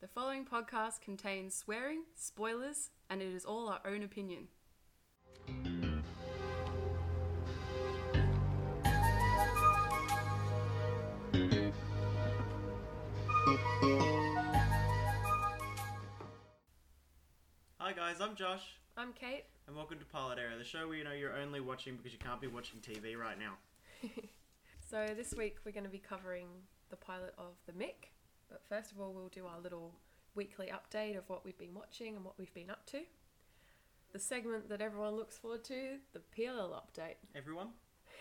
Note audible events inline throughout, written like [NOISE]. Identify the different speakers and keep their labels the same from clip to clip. Speaker 1: The following podcast contains swearing, spoilers, and it is all our own opinion.
Speaker 2: Hi guys, I'm Josh,
Speaker 1: I'm Kate.
Speaker 2: and welcome to Pilot Era, the show where you know you're only watching because you can't be watching TV right now.
Speaker 1: So this week we're going to be covering the pilot of The Mick, but first of all we'll do our little weekly update of what we've been watching and what we've been up to. The segment that everyone looks forward to, the PLL update.
Speaker 2: Everyone?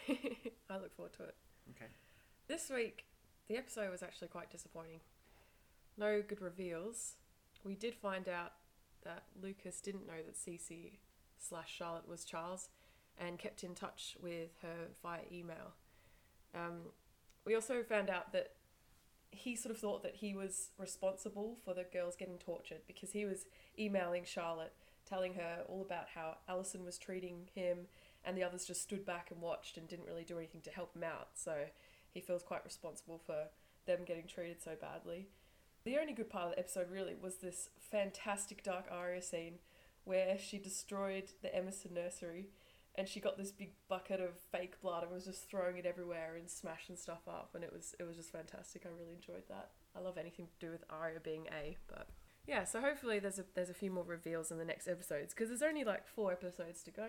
Speaker 1: I look forward to it.
Speaker 2: Okay.
Speaker 1: This week, the episode was actually quite disappointing. No good reveals. We did find out that Lucas didn't know that Cece slash Charlotte was Charles and kept in touch with her via email. Um, we also found out that he sort of thought that he was responsible for the girls getting tortured because he was emailing Charlotte, telling her all about how Allison was treating him, and the others just stood back and watched and didn't really do anything to help him out. So he feels quite responsible for them getting treated so badly. The only good part of the episode really was this fantastic dark Aria scene where she destroyed the Emerson nursery and she got this big bucket of fake blood and was just throwing it everywhere and smashing stuff up and it was it was just fantastic. I really enjoyed that. I love anything to do with Arya being A, but yeah, so hopefully there's a there's a few more reveals in the next episodes because there's only like four episodes to go.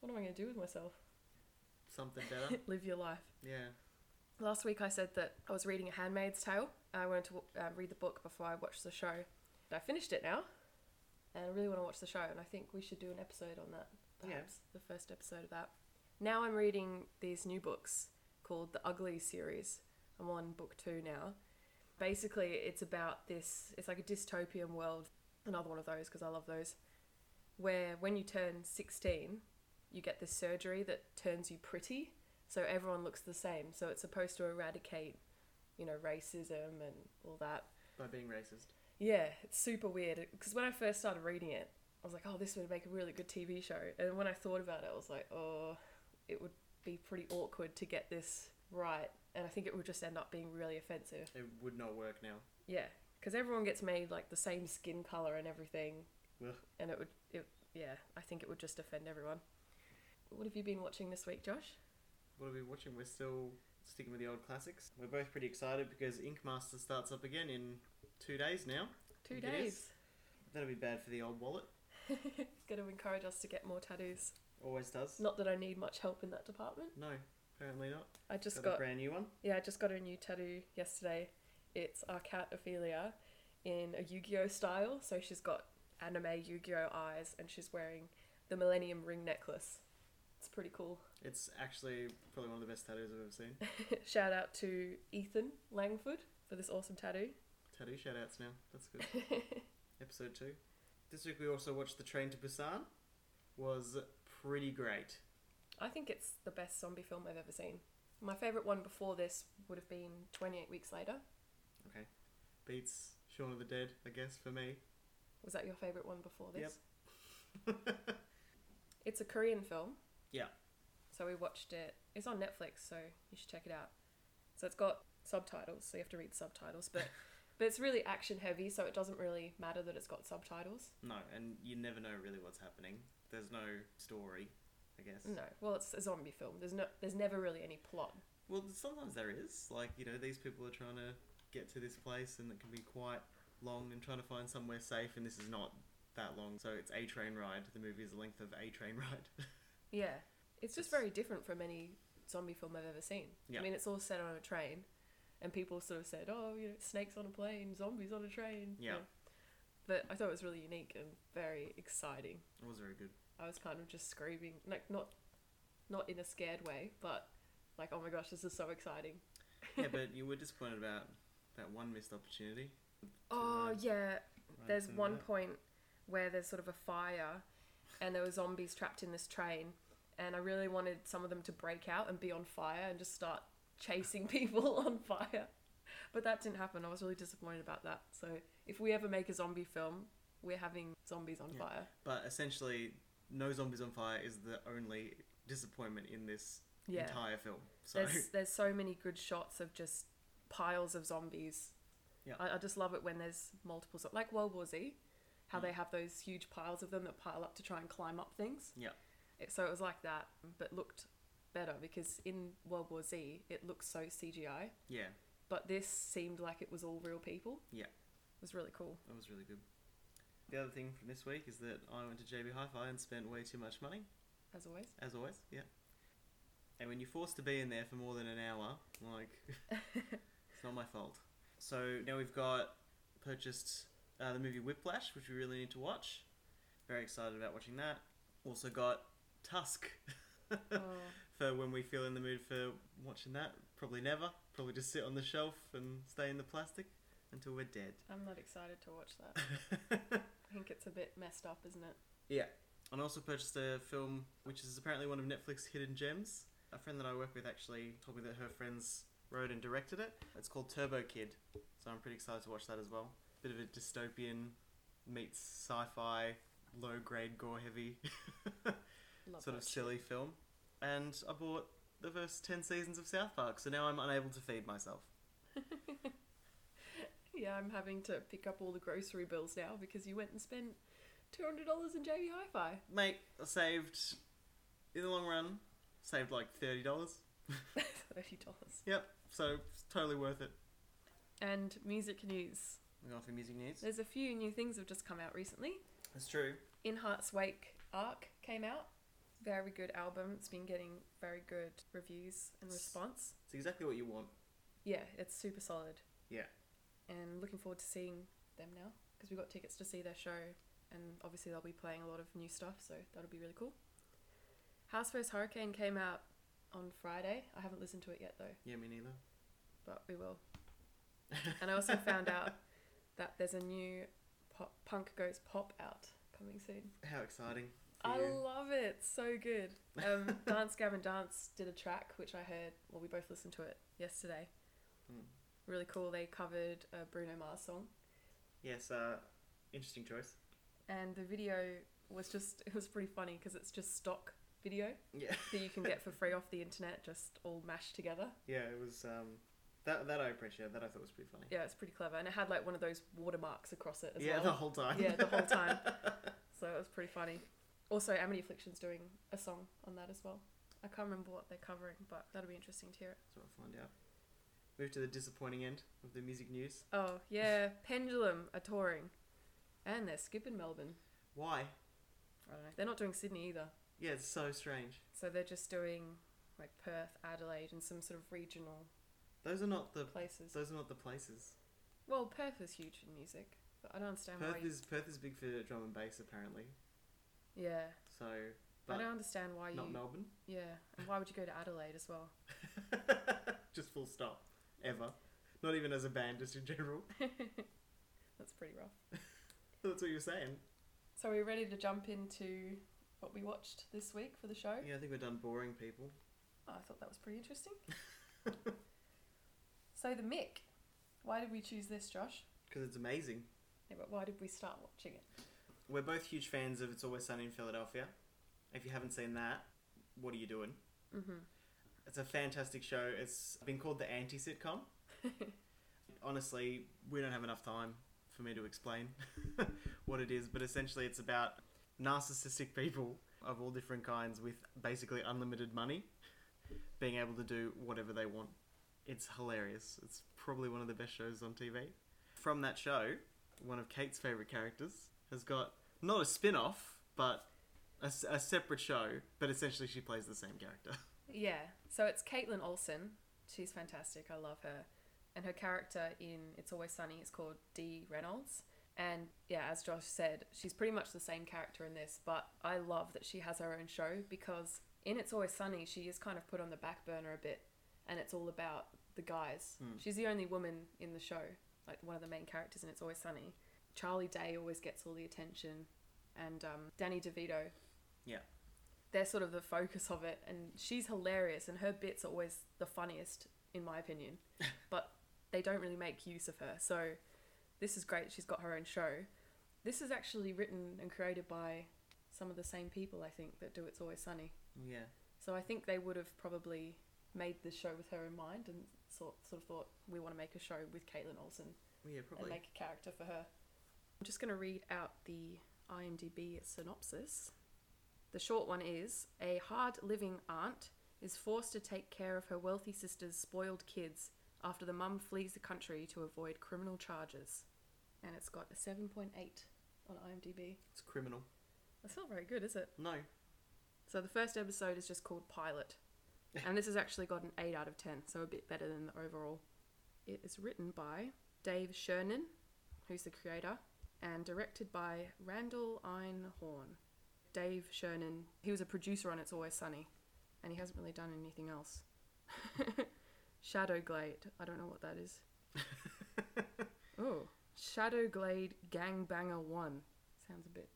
Speaker 1: What am I going to do with myself?
Speaker 2: Something
Speaker 1: [LAUGHS]
Speaker 2: better?
Speaker 1: Live your life.
Speaker 2: yeah.
Speaker 1: Last week I said that I was reading A Handmaid's Tale. I wanted to um, read the book before I watched the show. And I finished it now, and I really want to watch the show, and I think we should do an episode on that.
Speaker 2: Yeah.
Speaker 1: Perhaps the first episode of that. Now I'm reading these new books called the Ugly series. I'm on book two now. Basically, it's about this. It's like a dystopian world. Another one of those because I love those, where when you turn 16, you get this surgery that turns you pretty, so everyone looks the same. So it's supposed to eradicate, you know, racism and all that.
Speaker 2: By being racist.
Speaker 1: Yeah, it's super weird. Because when I first started reading it, I was like, oh, this would make a really good TV show. And when I thought about it, I was like, oh, it would be pretty awkward to get this right. And I think it would just end up being really offensive.
Speaker 2: It would not work now.
Speaker 1: Yeah, because everyone gets made like the same skin color and everything.
Speaker 2: Ugh.
Speaker 1: And it would, it, yeah, I think it would just offend everyone. What have you been watching this week, Josh?
Speaker 2: What are we watching? We're still sticking with the old classics. We're both pretty excited because Ink Master starts up again in two days now.
Speaker 1: Two
Speaker 2: It
Speaker 1: days.
Speaker 2: is. That'll be bad for the old wallet.
Speaker 1: It's [LAUGHS] going to encourage us to get more tattoos.
Speaker 2: Always does.
Speaker 1: Not that I need much help in that department.
Speaker 2: No, apparently not.
Speaker 1: I just
Speaker 2: got,
Speaker 1: got
Speaker 2: a brand new one.
Speaker 1: Yeah, I just got a new tattoo yesterday. It's our cat Ophelia in a Yu Gi Oh style. So she's got anime Yu Gi Oh eyes and she's wearing the Millennium Ring necklace. It's pretty cool. [LAUGHS]
Speaker 2: It's actually probably one of the best tattoos I've ever seen.
Speaker 1: Shout out to Ethan Langford for this awesome tattoo.
Speaker 2: Tattoo shoutouts now. That's good. Episode two. This week we also watched The Train to Busan. Was pretty great.
Speaker 1: I think it's the best zombie film I've ever seen. My favourite one before this would have been 28 Weeks Later.
Speaker 2: Okay. Beats Shaun of the Dead, I guess, for me. [LAUGHS]
Speaker 1: Was that your favourite one before this?
Speaker 2: Yep.
Speaker 1: It's a Korean film.
Speaker 2: Yeah.
Speaker 1: So we watched it. It's on Netflix, so you should check it out. So it's got subtitles, so you have to read the subtitles,
Speaker 2: [LAUGHS]
Speaker 1: but but it's really action heavy, so it doesn't really matter that it's got subtitles.
Speaker 2: No, and you never know really what's happening. There's no story, I guess.
Speaker 1: No. Well, it's a zombie film. There's no there's never really any plot.
Speaker 2: Well, sometimes there is. Like, you know, these people are trying to get to this place and it can be quite long and trying to find somewhere safe, and this is not that long. So it's A Train Ride. The movie is the length of A Train Ride. [LAUGHS]
Speaker 1: Yeah. It's just very different from any zombie film I've ever seen.
Speaker 2: Yeah.
Speaker 1: I mean, it's all set on a train, and people sort of said, "Oh, you know, snakes on a plane, zombies on a train."
Speaker 2: Yeah.
Speaker 1: But I thought it was really unique and very exciting.
Speaker 2: it was very good.
Speaker 1: I was kind of just screaming, like not, not in a scared way, but like, oh my gosh, this is so exciting. [LAUGHS]
Speaker 2: Yeah, but you were disappointed about that one missed opportunity.
Speaker 1: Oh
Speaker 2: rides.
Speaker 1: yeah,
Speaker 2: Right,
Speaker 1: there's
Speaker 2: so
Speaker 1: one
Speaker 2: that-
Speaker 1: point where there's sort of a fire, and there were zombies trapped in this train, and I really wanted some of them to break out and be on fire and just start chasing [LAUGHS] people on fire, but that didn't happen. I was really disappointed about that. So if we ever make a zombie film, we're having zombies on
Speaker 2: Yeah.
Speaker 1: fire.
Speaker 2: But essentially, no zombies on fire is the only disappointment in this
Speaker 1: Yeah.
Speaker 2: entire film. So
Speaker 1: There's there's so many good shots of just piles of zombies
Speaker 2: Yeah.
Speaker 1: I, I just love it when there's multiple, so- like World War Z, how
Speaker 2: Mm.
Speaker 1: they have those huge piles of them that pile up to try and climb up things.
Speaker 2: Yeah.
Speaker 1: It, so it was like that, but looked better because in World War Z, it looked so CGI,
Speaker 2: [LAUGHS] Yeah,
Speaker 1: but this seemed like it was all real people.
Speaker 2: Yeah.
Speaker 1: It was really cool.
Speaker 2: that was really good. The other thing from this week is that I went to JB Hi-Fi and spent way too much money,
Speaker 1: As
Speaker 2: [LAUGHS]
Speaker 1: always,
Speaker 2: as always. Yeah. And when you're forced to be in there for more than an hour, like, [LAUGHS] it's not my fault. So now we've got purchased uh, the movie Whiplash, which we really need to watch. Very excited about watching that. Also got Tusk. [LAUGHS]
Speaker 1: oh,
Speaker 2: for when we feel in the mood for watching that. Probably never. Probably just sit on the shelf and stay in the plastic until we're dead. [LAUGHS]
Speaker 1: I'm not excited to watch that. I think it's a bit messed up, isn't it?
Speaker 2: yeah. And I also purchased a film which is apparently one of Netflix's hidden gems. A friend that I work with actually told me that her friends wrote and directed it. It's called Turbo Kid, so I'm pretty excited to watch that as well. Bit of a dystopian meets sci-fi, low-grade gore-heavy [LAUGHS]
Speaker 1: Love
Speaker 2: sort of
Speaker 1: that shit.
Speaker 2: silly film. And I bought the first 10 seasons of South Park, so now I'm unable to feed myself.
Speaker 1: Yeah, I'm having to pick up all the grocery bills now because you went and spent two hundred dollars in JB Hi-Fi.
Speaker 2: Mate, I saved, in the long run, saved like $30.
Speaker 1: Thirty dollars.
Speaker 2: Yep, so it's totally worth it.
Speaker 1: And music news.
Speaker 2: We're going for music news.
Speaker 1: There's a few new things have just come out recently.
Speaker 2: That's true.
Speaker 1: In Heart's Wake Arc came out. Very good album. It's been getting very good reviews and response.
Speaker 2: It's exactly what you want.
Speaker 1: Yeah, it's super solid.
Speaker 2: Yeah.
Speaker 1: And looking forward to seeing them now because we got tickets to see their show, and obviously they'll be playing a lot of new stuff, so that'll be really cool. House vs Hurricane came out on Friday. I haven't listened to it yet though,
Speaker 2: Yeah, me neither. [LAUGHS]
Speaker 1: but we will. And I also found out that there's a new pop, punk goes pop out coming soon.
Speaker 2: How exciting. for
Speaker 1: I
Speaker 2: you.
Speaker 1: love it. So good. Um,
Speaker 2: [LAUGHS]
Speaker 1: Dance Gavin Dance did a track which I heard. Well, we both listened to it yesterday.
Speaker 2: Mm.
Speaker 1: Really cool. They covered a Bruno Mars song,
Speaker 2: yes, uh, interesting choice.
Speaker 1: and the video was just it was pretty funny because it's just stock video
Speaker 2: Yeah.
Speaker 1: that you can get for
Speaker 2: [LAUGHS]
Speaker 1: free off the internet, just all mashed together.
Speaker 2: Yeah, it was, um, that, that I appreciate. That I thought was pretty funny.
Speaker 1: Yeah, it's pretty clever, and it had like one of those watermarks across it as
Speaker 2: yeah,
Speaker 1: well.
Speaker 2: the whole time. [LAUGHS]
Speaker 1: yeah, the whole time. so it was pretty funny. Also, Amity Affliction's doing a song on that as well. I can't remember what they're covering, but that'll be interesting to hear it.
Speaker 2: so I'll find out. Move to the disappointing end of the music news.
Speaker 1: Oh yeah, Pendulum are touring, and they're skipping Melbourne.
Speaker 2: Why?
Speaker 1: I don't know. They're not doing Sydney either,
Speaker 2: Yeah, it's so strange.
Speaker 1: so they're just doing like Perth, Adelaide, and some sort of regional
Speaker 2: Those are not the
Speaker 1: places.
Speaker 2: those are not the places.
Speaker 1: Well, Perth is huge in music, but I don't understand why.
Speaker 2: Perth
Speaker 1: You,
Speaker 2: is Perth is big for drum and bass apparently.
Speaker 1: yeah,
Speaker 2: So,
Speaker 1: I
Speaker 2: but
Speaker 1: don't understand why you.
Speaker 2: not Melbourne. [LAUGHS]
Speaker 1: Yeah, and why would you go to Adelaide as well? [LAUGHS]
Speaker 2: just full stop. Ever. Not even as a band, just in general.
Speaker 1: That's pretty rough.
Speaker 2: That's what you were saying.
Speaker 1: So are we ready to jump into what we watched this week for the show?
Speaker 2: Yeah, I think we're done boring people.
Speaker 1: Oh, I thought that was pretty interesting. [LAUGHS] so the Mick. Why did we choose this, Josh?
Speaker 2: Because it's amazing.
Speaker 1: Yeah, but why did we start watching it?
Speaker 2: We're both huge fans of It's Always Sunny in Philadelphia. If you haven't seen that, what are you doing?
Speaker 1: Mm-hmm.
Speaker 2: It's a fantastic show. It's been called the anti sitcom. Honestly, we don't have enough time for me to explain [LAUGHS] what it is, but essentially it's about narcissistic people of all different kinds with basically unlimited money being able to do whatever they want. It's hilarious. It's probably one of the best shows on TV. From that show, one of Kate's favorite characters has got not a spin off, but a, s- a separate show, but essentially she plays the same character.
Speaker 1: Yeah. So it's Caitlin Olsen. She's fantastic. I love her. And her character in It's Always Sunny is called Dee Reynolds. And yeah, as Josh said, she's pretty much the same character in this, but I love that she has her own show because in It's Always Sunny, she is kind of put on the back burner a bit and it's all about the guys.
Speaker 2: Hmm.
Speaker 1: She's the only woman in the show, like one of the main characters in It's Always Sunny. Charlie Day always gets all the attention and um, Danny DeVito they're sort of the focus of it and she's hilarious and her bits are always the funniest in my opinion but they don't really make use of her so this is great she's got her own show this is actually written and created by some of the same people i think that do it's always sunny
Speaker 2: Yeah.
Speaker 1: so i think they would have probably made the show with her in mind and sort, sort of thought we want to make a show with caitlin olsen
Speaker 2: Well, yeah,
Speaker 1: and
Speaker 2: probably.
Speaker 1: make a character for her. I'm just going to read out the IMDb synopsis. The short one is A hard living aunt is forced to take care of her wealthy sister's spoiled kids after the mum flees the country to avoid criminal charges. And it's got a 7.8 on IMDb.
Speaker 2: It's criminal.
Speaker 1: That's not very good, is it?
Speaker 2: No.
Speaker 1: So the first episode is just called Pilot. And this has actually got an 8 out of 10, so a bit better than the overall. It is written by Dave Shernan, who's the creator, and directed by Randall Einhorn. Dave Shernan, he was a producer on It's Always Sunny, and he hasn't really done anything else. [LAUGHS] Shadowglade, I don't know what that is. Oh, Shadowglade Gangbanger 1. Sounds a bit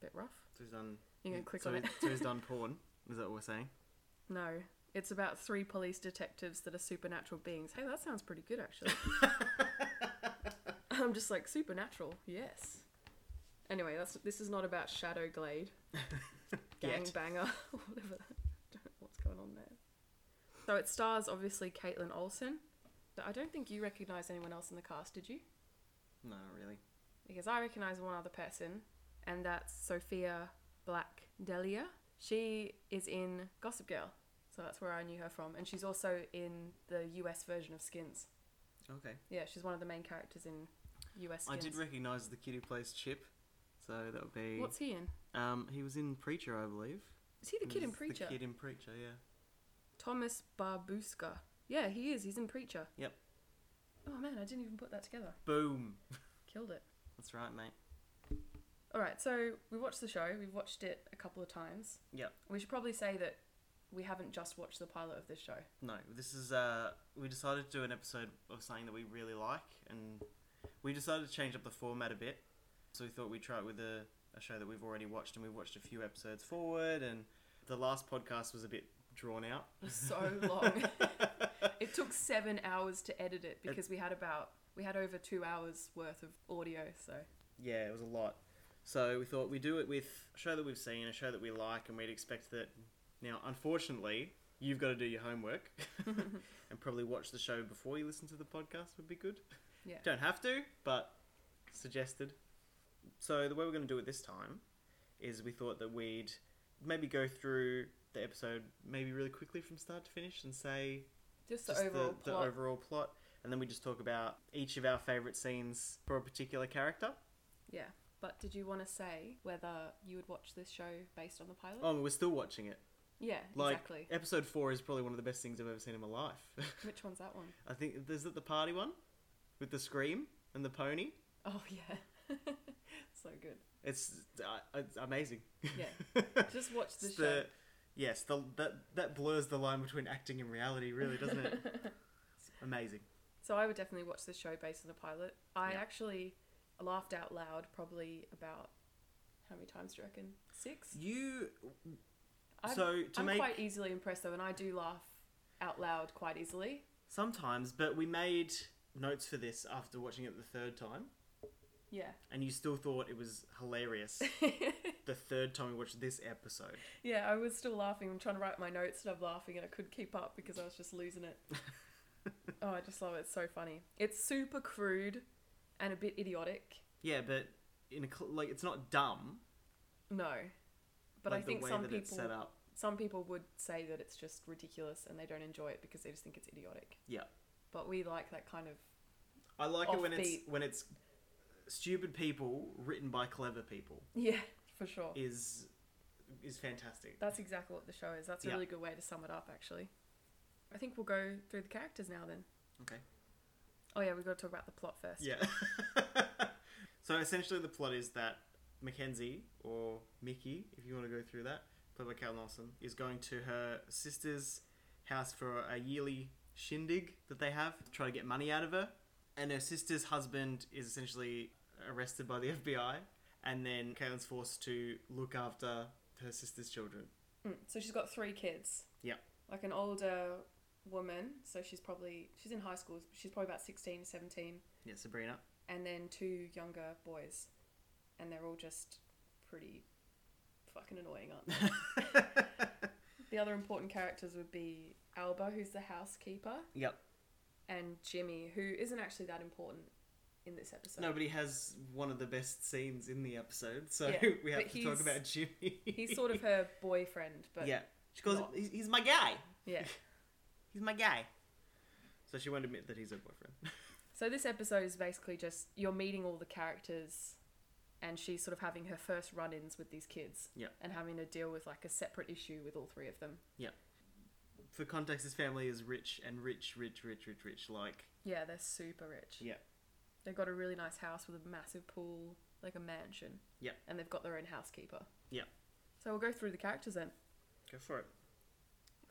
Speaker 1: bit rough.
Speaker 2: So he's done.
Speaker 1: You can click
Speaker 2: so
Speaker 1: on it.
Speaker 2: he's- so
Speaker 1: [LAUGHS]
Speaker 2: he's done porn. Is that what we're saying?
Speaker 1: No. It's about three police detectives that are supernatural beings. Hey, that sounds pretty good, actually. [LAUGHS] I'm just like, supernatural, yes. Anyway, that's this is not about Shadow Glade,
Speaker 2: Yet.
Speaker 1: Gangbanger, [LAUGHS] whatever. Don't know what's going on there. So it stars, obviously, Caitlin Olsen. I don't think you recognised anyone else in the cast, did you?
Speaker 2: No, not really.
Speaker 1: because I recognize one other person, and that's Sophia Black Delia. She is in Gossip Girl, so that's where I knew her from, and she's also in the US version of Skins.
Speaker 2: Okay.
Speaker 1: Yeah, she's one of the main characters in US
Speaker 2: I
Speaker 1: Skins.
Speaker 2: did recognise the kid who plays Chip. So that would be.
Speaker 1: What's he in?
Speaker 2: Um, he was in Preacher, I believe.
Speaker 1: Is he the
Speaker 2: He
Speaker 1: kid in
Speaker 2: was
Speaker 1: Preacher?
Speaker 2: The kid in Preacher, yeah.
Speaker 1: Thomas Barbuska. Yeah, he is. He's in Preacher.
Speaker 2: Yep.
Speaker 1: Oh man, I didn't even put that together.
Speaker 2: Boom.
Speaker 1: Killed it.
Speaker 2: That's right, mate.
Speaker 1: All right, so we watched the show. We've watched it a couple of times.
Speaker 2: Yep.
Speaker 1: We should probably say that we haven't just watched the pilot of this show.
Speaker 2: No, this is uh we decided to do an episode of something that we really like and we decided to change up the format a bit. So we thought we'd try it with a, a show that we've already watched and we watched a few episodes forward and the last podcast was a bit drawn out.
Speaker 1: was so long. it took seven hours to edit it because we had about we had over two hours worth of audio. So
Speaker 2: Yeah, it was a lot. So we thought we do it with a show that we've seen, a show that we like and we'd expect that now unfortunately you've got to do
Speaker 1: [LAUGHS]
Speaker 2: your homework and probably watch the show before you listen to the podcast would be good.
Speaker 1: yeah,
Speaker 2: Don't have to, but suggested. So the way we're going to do it this time is we thought that we'd maybe go through the episode maybe really quickly from start to finish and say
Speaker 1: just the
Speaker 2: just
Speaker 1: overall
Speaker 2: the,
Speaker 1: plot.
Speaker 2: the overall plot, and then we just talk about each of our favorite scenes for a particular character.
Speaker 1: yeah. But did you want to say whether you would watch this show based on the pilot?
Speaker 2: Oh, and we're still watching it.
Speaker 1: yeah,
Speaker 2: Like
Speaker 1: exactly.
Speaker 2: episode four is probably one of the best things I've ever seen in my life. [LAUGHS]
Speaker 1: Which one's that one?
Speaker 2: I think is it the party one with the scream and the pony.
Speaker 1: Oh yeah, [LAUGHS] so good.
Speaker 2: It's uh, it's amazing.
Speaker 1: Yeah,
Speaker 2: [LAUGHS]
Speaker 1: just watch the
Speaker 2: It's
Speaker 1: show.
Speaker 2: the- yes, the, that that blurs the line between acting and reality, really, doesn't
Speaker 1: [LAUGHS]
Speaker 2: it? It's amazing.
Speaker 1: So I would definitely watch this show based on the pilot. I
Speaker 2: Yeah.
Speaker 1: actually laughed out loud probably about how many times do you reckon? Six.
Speaker 2: You
Speaker 1: I'm-
Speaker 2: so to
Speaker 1: I'm
Speaker 2: make
Speaker 1: quite easily impressed though, and I do laugh out loud quite easily.
Speaker 2: sometimes, but we made notes for this after watching it the third time,
Speaker 1: Yeah.
Speaker 2: and you still thought it was hilarious. the third time we watched this episode,
Speaker 1: [LAUGHS] yeah, I was still laughing. I'm trying to write my notes and I'm laughing and I couldn't keep up because I was just losing
Speaker 2: [LAUGHS]
Speaker 1: it. oh, I just love it. It's so funny. It's super crude and a bit idiotic.
Speaker 2: yeah, but in a cl- like it's not dumb,
Speaker 1: No. But
Speaker 2: like
Speaker 1: I think
Speaker 2: the way
Speaker 1: some
Speaker 2: that it's
Speaker 1: people
Speaker 2: set up.
Speaker 1: some people would say that it's just ridiculous and they don't enjoy it because they just think it's idiotic.
Speaker 2: Yeah.
Speaker 1: But we like that kind of [LAUGHS]
Speaker 2: I like it when it's
Speaker 1: offbeat.
Speaker 2: when it's stupid people written by clever people
Speaker 1: Yeah, for sure.
Speaker 2: is is fantastic.
Speaker 1: That's exactly what the show is. That's a
Speaker 2: Yeah.
Speaker 1: really good way to sum it up, actually. I think we'll go through the characters now then.
Speaker 2: Okay.
Speaker 1: Oh, yeah, we've got to talk about the plot first.
Speaker 2: Yeah. [LAUGHS] so essentially, the plot is that Mackenzie or Mickey, if you want to go through that, played by Cal Nelson, is going to her sister's house for a yearly shindig that they have to try to get money out of her. And her sister's husband is essentially arrested by the [LAUGHS] FBI, and then Caitlin's forced to look after her sister's children.
Speaker 1: Mm, so she's got three kids.
Speaker 2: Yeah.
Speaker 1: Like an older woman, so she's probably, she's in high school, she's probably about 16, 17,
Speaker 2: Yeah, [LAUGHS] Sabrina.
Speaker 1: and then two younger boys. And they're all just pretty fucking annoying, aren't
Speaker 2: [LAUGHS]
Speaker 1: they? the other important characters would be Alba, who's the housekeeper,
Speaker 2: Yep.
Speaker 1: and Jimmy, who isn't actually that important. in this episode.
Speaker 2: No, but he has one of the best scenes in the episode, so
Speaker 1: Yeah,
Speaker 2: [LAUGHS] we
Speaker 1: but
Speaker 2: have to talk
Speaker 1: he's-
Speaker 2: about Jimmy. [LAUGHS]
Speaker 1: He's sort of her boyfriend, but yeah.
Speaker 2: yeah. She calls him,
Speaker 1: not.
Speaker 2: he's, he's my guy.
Speaker 1: yeah.
Speaker 2: He's my guy. So she won't admit that he's her boyfriend. [LAUGHS]
Speaker 1: So this episode is basically just you're meeting all the characters and she's sort of having her first run-ins with these kids.
Speaker 2: Yeah.
Speaker 1: And having to deal with like a separate issue with all three of them.
Speaker 2: For context, his family is rich and rich, rich, rich, rich, rich. Like,
Speaker 1: Yeah, they're super rich.
Speaker 2: yeah,
Speaker 1: They've got a really nice house with a massive pool, like a mansion.
Speaker 2: Yeah.
Speaker 1: And they've got their own housekeeper.
Speaker 2: Yeah.
Speaker 1: So we'll go through the characters then.
Speaker 2: go for it.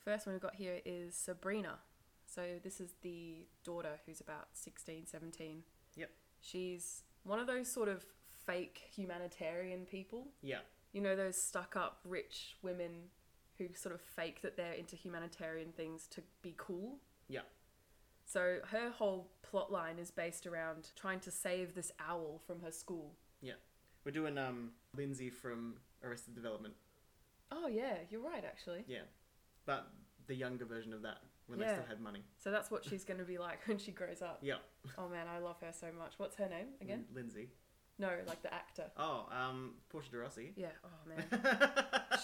Speaker 1: First one we've got here is Sabrina. So this is the daughter who's about 16, 17.
Speaker 2: Yep.
Speaker 1: She's one of those sort of fake humanitarian people.
Speaker 2: Yeah,
Speaker 1: You know, those stuck up rich women who sort of fake that they're into humanitarian things to be cool.
Speaker 2: yeah,
Speaker 1: So her whole plot line is based around trying to save this owl from her school.
Speaker 2: yeah. We're doing um Lindsay from Arrested Development.
Speaker 1: Oh, yeah, you're right, actually.
Speaker 2: Yeah, but the younger version of that when they
Speaker 1: Yeah.
Speaker 2: still had money.
Speaker 1: So that's what she's going to be like [LAUGHS] when she grows up.
Speaker 2: Yeah,
Speaker 1: Oh man, I love her so much. What's her name again?
Speaker 2: Lin- Lindsay.
Speaker 1: No, like the actor.
Speaker 2: Oh, um, Portia de Rossi.
Speaker 1: Yeah, oh [LAUGHS] man.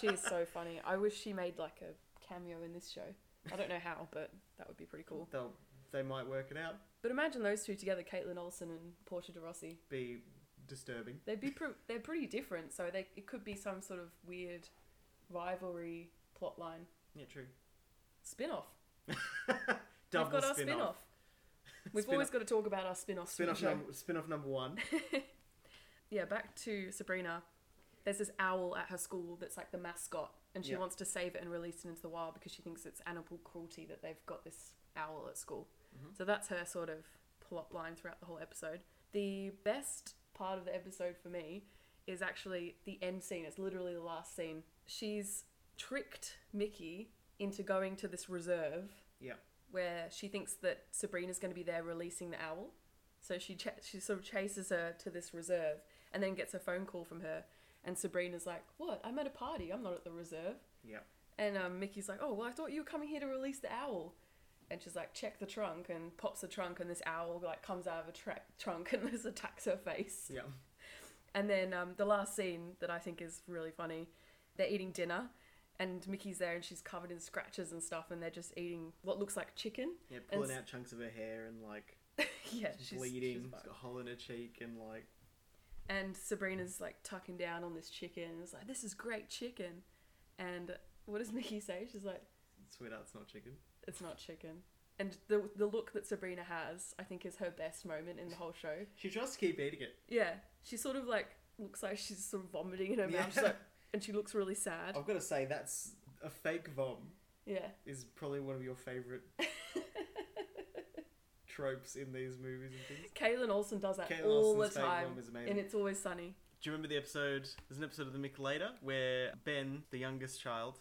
Speaker 1: she is so funny. I wish she made like a cameo in this show. I don't know how, but that would be pretty cool.
Speaker 2: [LAUGHS] They'll they might work it out.
Speaker 1: But imagine those two together, Caitlin Olsen and Portia de Rossi.
Speaker 2: Be disturbing.
Speaker 1: They'd be pr- they're pretty different, so they it could be some sort of weird rivalry plotline
Speaker 2: Yeah, true.
Speaker 1: spin-off.
Speaker 2: [LAUGHS] Double
Speaker 1: We've got
Speaker 2: spin-off.
Speaker 1: our spin-off. We've
Speaker 2: Spin-off.
Speaker 1: always got to talk about our spin-offs. from the
Speaker 2: Spin-off,
Speaker 1: show.
Speaker 2: num- spin-off
Speaker 1: [LAUGHS]
Speaker 2: number one.
Speaker 1: yeah, back to Sabrina. There's this owl at her school that's like the mascot, and she
Speaker 2: Yeah.
Speaker 1: wants to save it and release it into the wild because she thinks it's animal cruelty that they've got this owl at school.
Speaker 2: Mhm.
Speaker 1: So that's her sort of plot line throughout the whole episode. The best part of the episode for me is actually the end scene. It's literally the last scene. She's tricked Mickey into going to this reserve
Speaker 2: Yeah.
Speaker 1: where she thinks that Sabrina's going to be there releasing the owl. So she ch- she sort of chases her to this reserve and then gets a phone call from her. And Sabrina's like, "What? I'm at a party. I'm not at the reserve."
Speaker 2: Yeah.
Speaker 1: And um, Mickey's like, "Oh well, I thought you were coming here to release the owl." And she's like, "Check the trunk," and pops the trunk, and this owl like comes out of a tra- trunk [LAUGHS] and just attacks her face.
Speaker 2: Yeah.
Speaker 1: And then um, the last scene that I think is really funny, they're eating dinner, and Mickey's there and she's covered in scratches and stuff, and they're just eating what looks like chicken.
Speaker 2: Yeah, pulling
Speaker 1: s-
Speaker 2: out chunks of her hair and like
Speaker 1: [LAUGHS] yeah,
Speaker 2: she's
Speaker 1: she's
Speaker 2: bleeding.
Speaker 1: she's
Speaker 2: she's
Speaker 1: fucked.
Speaker 2: got a hole in her cheek and like
Speaker 1: and Sabrina's like tucking down on this chicken. And it's like this is great chicken, and what does Mickey say? She's like,
Speaker 2: sweetheart's not chicken.
Speaker 1: it's not chicken. And the the look that Sabrina has, I think, is her best moment in the whole show.
Speaker 2: She tries to keep eating it.
Speaker 1: Yeah, she sort of like looks like she's sort of vomiting in her mouth, she's like, and she looks really sad.
Speaker 2: [LAUGHS] I've got to say that's a fake vom
Speaker 1: Yeah,
Speaker 2: is probably one of
Speaker 1: [LAUGHS]
Speaker 2: your favorite tropes in these movies and things.
Speaker 1: Kaylin Olsen does that
Speaker 2: Kate
Speaker 1: all
Speaker 2: Larson's
Speaker 1: the
Speaker 2: fake
Speaker 1: time,
Speaker 2: vom is amazing.
Speaker 1: and it's always sunny.
Speaker 2: Do you remember the episode? There's an episode of The Mick later where Ben, the
Speaker 1: [LAUGHS]
Speaker 2: youngest child,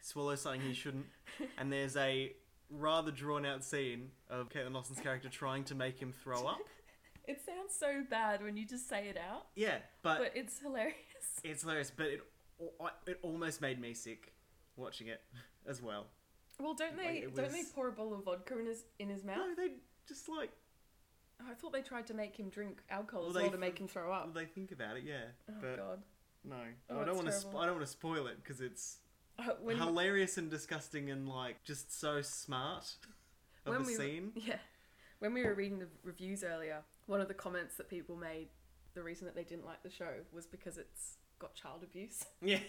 Speaker 2: swallows something he shouldn't, and there's a rather drawn out scene of Caitlin Lawson's character trying to make him throw up.
Speaker 1: It sounds so bad when you just say it out,
Speaker 2: Yeah, but,
Speaker 1: but it's hilarious. [LAUGHS]
Speaker 2: it's hilarious. But it al- it almost made me sick watching it [LAUGHS] as well.
Speaker 1: Well, don't
Speaker 2: Like,
Speaker 1: they
Speaker 2: it
Speaker 1: don't they
Speaker 2: was-
Speaker 1: pour a bowl of vodka in his in his mouth?
Speaker 2: No, they just like
Speaker 1: Oh, I thought they tried to make him drink alcohol
Speaker 2: Well,
Speaker 1: as
Speaker 2: they
Speaker 1: well to
Speaker 2: th-
Speaker 1: make him throw
Speaker 2: well,
Speaker 1: up.
Speaker 2: they think about it. Yeah,
Speaker 1: Oh
Speaker 2: but
Speaker 1: god!
Speaker 2: no,
Speaker 1: Oh,
Speaker 2: I don't
Speaker 1: it's
Speaker 2: want to. Sp-
Speaker 1: terrible.
Speaker 2: I don't want to spoil it because it's
Speaker 1: Uh, when
Speaker 2: hilarious and disgusting and like just so smart of
Speaker 1: When
Speaker 2: a
Speaker 1: we-
Speaker 2: scene.
Speaker 1: yeah, when we were reading the reviews earlier, one of the comments that people made, the reason that they didn't like the show was because it's got child
Speaker 2: [LAUGHS]
Speaker 1: abuse.
Speaker 2: Yeah.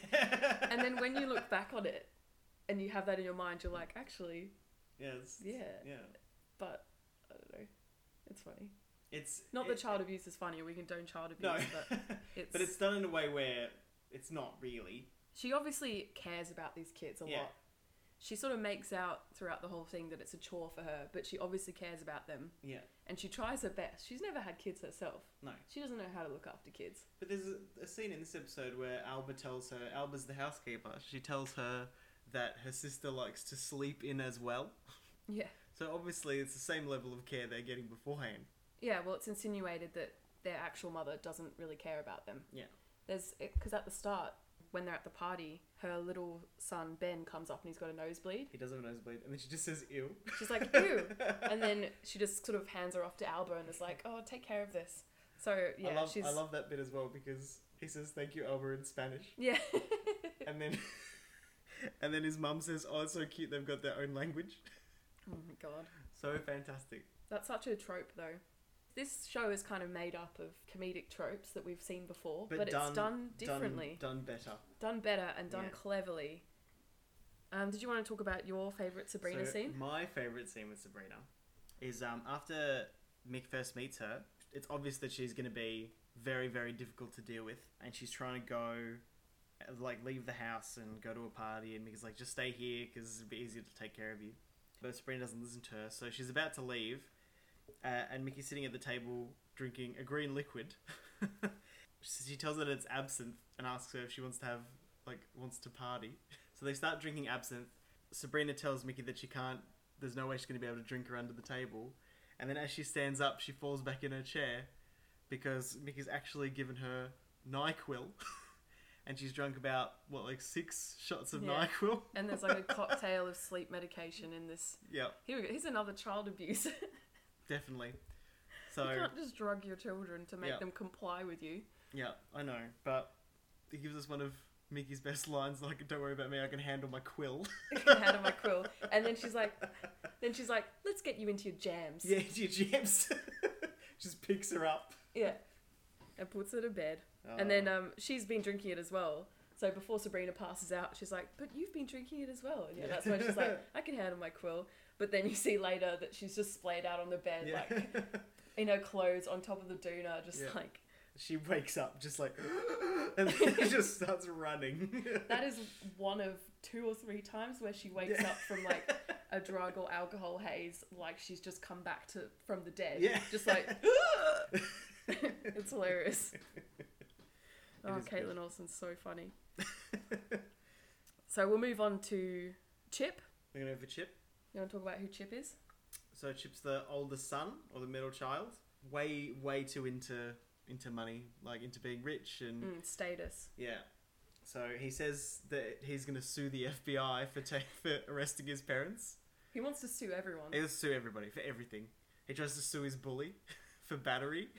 Speaker 1: and then when you look back on it, and you have that in your mind, you're like, actually,
Speaker 2: Yeah. It's,
Speaker 1: Yeah.
Speaker 2: Yeah.
Speaker 1: but I don't know, it's funny.
Speaker 2: It's
Speaker 1: Not
Speaker 2: it,
Speaker 1: that child abuse is funny, we condone child abuse,
Speaker 2: No,
Speaker 1: but it's,
Speaker 2: [LAUGHS] but it's done in a way where it's not really.
Speaker 1: she obviously cares about these kids a
Speaker 2: Yeah.
Speaker 1: lot. She sort of makes out throughout the whole thing that it's a chore for her, but she obviously cares about them.
Speaker 2: Yeah.
Speaker 1: and she tries her best. She's never had kids herself.
Speaker 2: No.
Speaker 1: She doesn't know how to look after kids.
Speaker 2: But there's a, a scene in this episode where Alba tells her Alba's the housekeeper. She tells her that her sister likes to sleep in as well.
Speaker 1: Yeah.
Speaker 2: So obviously it's the same level of care they're getting beforehand.
Speaker 1: Yeah, well, it's insinuated that their actual mother doesn't really care about them.
Speaker 2: Yeah.
Speaker 1: There's because at the start when they're at the party, her little son Ben comes up and he's got a nosebleed.
Speaker 2: He does have a nosebleed, and then she just says "ew."
Speaker 1: She's like,
Speaker 2: [LAUGHS]
Speaker 1: ew. and then she just sort of hands her off to Alba and is like, oh, take care of this. So, yeah,
Speaker 2: I love
Speaker 1: she's.
Speaker 2: I love that bit as well because he says "thank you, Elmer" in Spanish,
Speaker 1: yeah. [LAUGHS]
Speaker 2: and then [LAUGHS] and then his mum says, "Oh, it's so cute. They've got their own language.
Speaker 1: oh my god.
Speaker 2: So fantastic."
Speaker 1: That's such a trope, though. This show is kind of made up of comedic tropes that we've seen before, but, it's done differently,
Speaker 2: done, better.
Speaker 1: done, better, and done
Speaker 2: Yeah.
Speaker 1: cleverly. Um, did you want to talk about your favourite Sabrina
Speaker 2: So,
Speaker 1: scene?
Speaker 2: My favorite scene with Sabrina is um, after Mick first meets her. It's obvious that she's going to be very, very difficult to deal with, and she's trying to go, uh, like, leave the house and go to a party. And Mick's like, just stay here because it'd be easier to take care of you. But Sabrina doesn't listen to her, so she's about to leave, uh, and Mickey's sitting at the table drinking a green liquid. [LAUGHS] she she tells her that it's absinthe and asks her if she wants to have, like, wants to party. [LAUGHS] So they start drinking absinthe. Sabrina tells Mickey that she can't. There's no way she's going to be able to drink her under the table. And then as she stands up, she falls back in her chair because Mickey's actually given her Nyquil, [LAUGHS] and she's drunk about what like six shots of
Speaker 1: Yeah.
Speaker 2: Nyquil. [LAUGHS]
Speaker 1: And there's like a cocktail of sleep medication in this.
Speaker 2: Yep,
Speaker 1: Here we go. Here's another child abuse. [LAUGHS]
Speaker 2: definitely.
Speaker 1: you
Speaker 2: So
Speaker 1: can't just drug your children to make
Speaker 2: Yeah.
Speaker 1: them comply with you. [LAUGHS]
Speaker 2: yeah, I know, but it gives us one of Mickey's best lines like, "Don't worry about me, I can handle my quill." [LAUGHS]
Speaker 1: out of my quill. And then she's like, then she's like, let's get you into your jams.
Speaker 2: yeah, she jams, [LAUGHS] just picks her up.
Speaker 1: Yeah. And puts her to bed. And then um, she's been drinking it as well. So before Sabrina passes out, she's like, but you've been drinking it as well. And yeah,
Speaker 2: Yeah.
Speaker 1: that's when she's like, I can handle my quill. But then you see later that she's just splayed out on the bed,
Speaker 2: yeah.
Speaker 1: like
Speaker 2: [LAUGHS]
Speaker 1: in her clothes on top of the doona, just
Speaker 2: Yeah.
Speaker 1: like,
Speaker 2: She wakes up just like, [GASPS] and then just starts running.
Speaker 1: that is one of two or three times where she wakes
Speaker 2: Yeah.
Speaker 1: up from like a drug or alcohol haze, like she's just come back to from the dead.
Speaker 2: Yeah.
Speaker 1: Just
Speaker 2: [LAUGHS]
Speaker 1: like, [GASPS] it's hilarious. oh,
Speaker 2: is
Speaker 1: Caitlin
Speaker 2: good.
Speaker 1: Olsen's so funny. so we'll move on to Chip.
Speaker 2: We're gonna go for Chip.
Speaker 1: You want to talk about who Chip is?
Speaker 2: So Chip's the oldest son or the middle child. Way, way too into into money, like into being rich and
Speaker 1: Mm, status.
Speaker 2: yeah. So he says that he's gonna sue the FBI for ta- for arresting his parents.
Speaker 1: He wants to sue everyone.
Speaker 2: He'll sue everybody for everything. He tries to sue his bully [LAUGHS] for battery.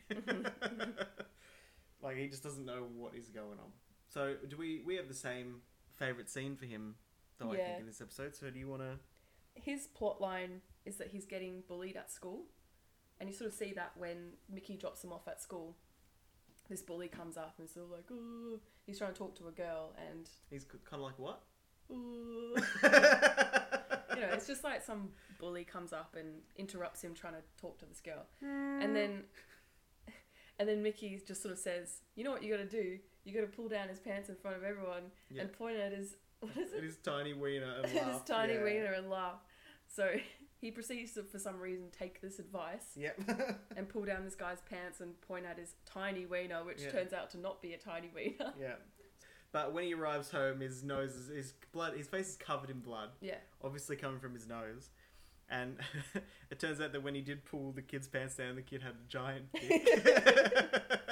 Speaker 2: like he just doesn't know what is going on. So do we? We have the same favorite scene for him, though. I
Speaker 1: Yeah.
Speaker 2: think in this episode. So do you want to?
Speaker 1: His plot line is that he's getting bullied at school, and you sort of see that when Mickey drops him off at school. This bully comes up and is sort of like, "Ooh," he's trying to talk to a girl, and
Speaker 2: He's kind of
Speaker 1: [LAUGHS]
Speaker 2: like what? [LAUGHS]
Speaker 1: "Ooh." [LAUGHS] you know, it's just like some bully comes up and interrupts him trying to talk to this girl, and then, [LAUGHS] and then Mickey just sort of says, "You know what you got to do? You got to pull down his pants in front of everyone
Speaker 2: Yeah.
Speaker 1: and point at his [LAUGHS] what is
Speaker 2: It
Speaker 1: it?
Speaker 2: is tiny wiener
Speaker 1: [LAUGHS]
Speaker 2: and
Speaker 1: his
Speaker 2: laugh.
Speaker 1: tiny
Speaker 2: yeah.
Speaker 1: wiener and laugh." So [LAUGHS] he proceeds to, for some reason, take this advice
Speaker 2: Yep. [LAUGHS]
Speaker 1: and pull down this guy's pants and point at his tiny wiener, which
Speaker 2: Yeah.
Speaker 1: turns out to not be a tiny wiener. [LAUGHS]
Speaker 2: yeah. But when he arrives home, his nose is his blood. His face is covered in blood,
Speaker 1: Yeah,
Speaker 2: obviously coming from his nose. And [LAUGHS] it turns out that when he did pull the kid's pants down, the kid had
Speaker 1: [LAUGHS]
Speaker 2: a giant dick. [LAUGHS]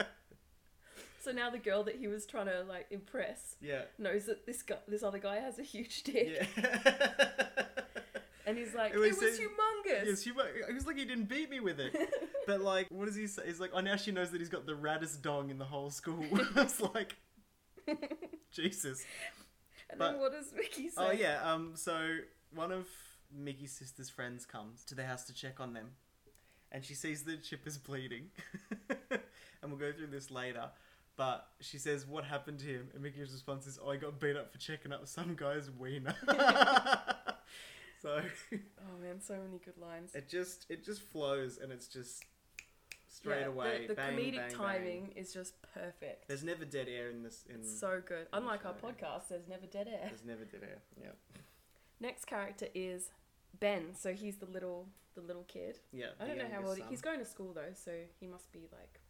Speaker 1: so now the girl that he was trying to like impress
Speaker 2: yeah.
Speaker 1: knows that this guy, this other guy, has a huge dick.
Speaker 2: Yeah.
Speaker 1: And he's like,
Speaker 2: It
Speaker 1: it
Speaker 2: was
Speaker 1: was,
Speaker 2: so-
Speaker 1: humongous.
Speaker 2: Yes, she, wa- it was like he didn't beat me with it.
Speaker 1: [LAUGHS]
Speaker 2: But like, what does he say? He's like, oh, now she knows that he's got the raddest dong in the whole school. [LAUGHS] it's like, Jesus.
Speaker 1: and
Speaker 2: but-
Speaker 1: then what does Mickey say?
Speaker 2: Oh yeah. Um. So one of Mickey's sister's friends comes to the house to check on them, and she sees that Chip is bleeding, [LAUGHS] and we'll go through this later. But she says, "What happened to him?" And Mickey's response is, "Oh, I got beat up for checking up some guy's wiener." [LAUGHS] so
Speaker 1: Oh man, so many good lines.
Speaker 2: it just it just flows, and it's just straight
Speaker 1: Yeah,
Speaker 2: away.
Speaker 1: The, the
Speaker 2: bang,
Speaker 1: comedic
Speaker 2: bang, bang.
Speaker 1: timing is just perfect.
Speaker 2: There's never dead air in this. In
Speaker 1: It's so good.
Speaker 2: in the
Speaker 1: Unlike our
Speaker 2: show.
Speaker 1: podcast, there's never dead air.
Speaker 2: there's never dead air. Yeah.
Speaker 1: Next character is Ben. So he's the little, the little kid.
Speaker 2: Yeah.
Speaker 1: I
Speaker 2: the
Speaker 1: don't know how
Speaker 2: youngest
Speaker 1: old
Speaker 2: son.
Speaker 1: he's going to school though, so he must be like.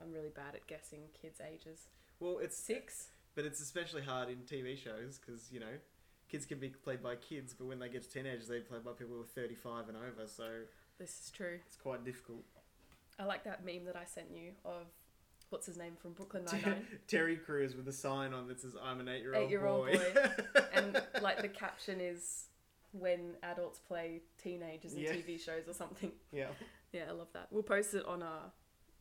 Speaker 1: I'm really bad at guessing kids' ages.
Speaker 2: Well, it's
Speaker 1: Six.
Speaker 2: But it's especially hard in TV shows because you know, kids can be played by kids, but when they get to teenagers, they play by people who are thirty-five and over. So
Speaker 1: This is true.
Speaker 2: it's quite difficult.
Speaker 1: I like that meme that I sent you of what's his name from
Speaker 2: [LAUGHS]
Speaker 1: Brooklyn Nine Nine,
Speaker 2: Terry Crews with a sign on that says, I'm an eight year old
Speaker 1: Eight-year-old
Speaker 2: boy. [LAUGHS]
Speaker 1: and like the caption is when adults play teenagers in
Speaker 2: Yeah.
Speaker 1: TV shows or something.
Speaker 2: yeah.
Speaker 1: Yeah, I love that. We'll post it on our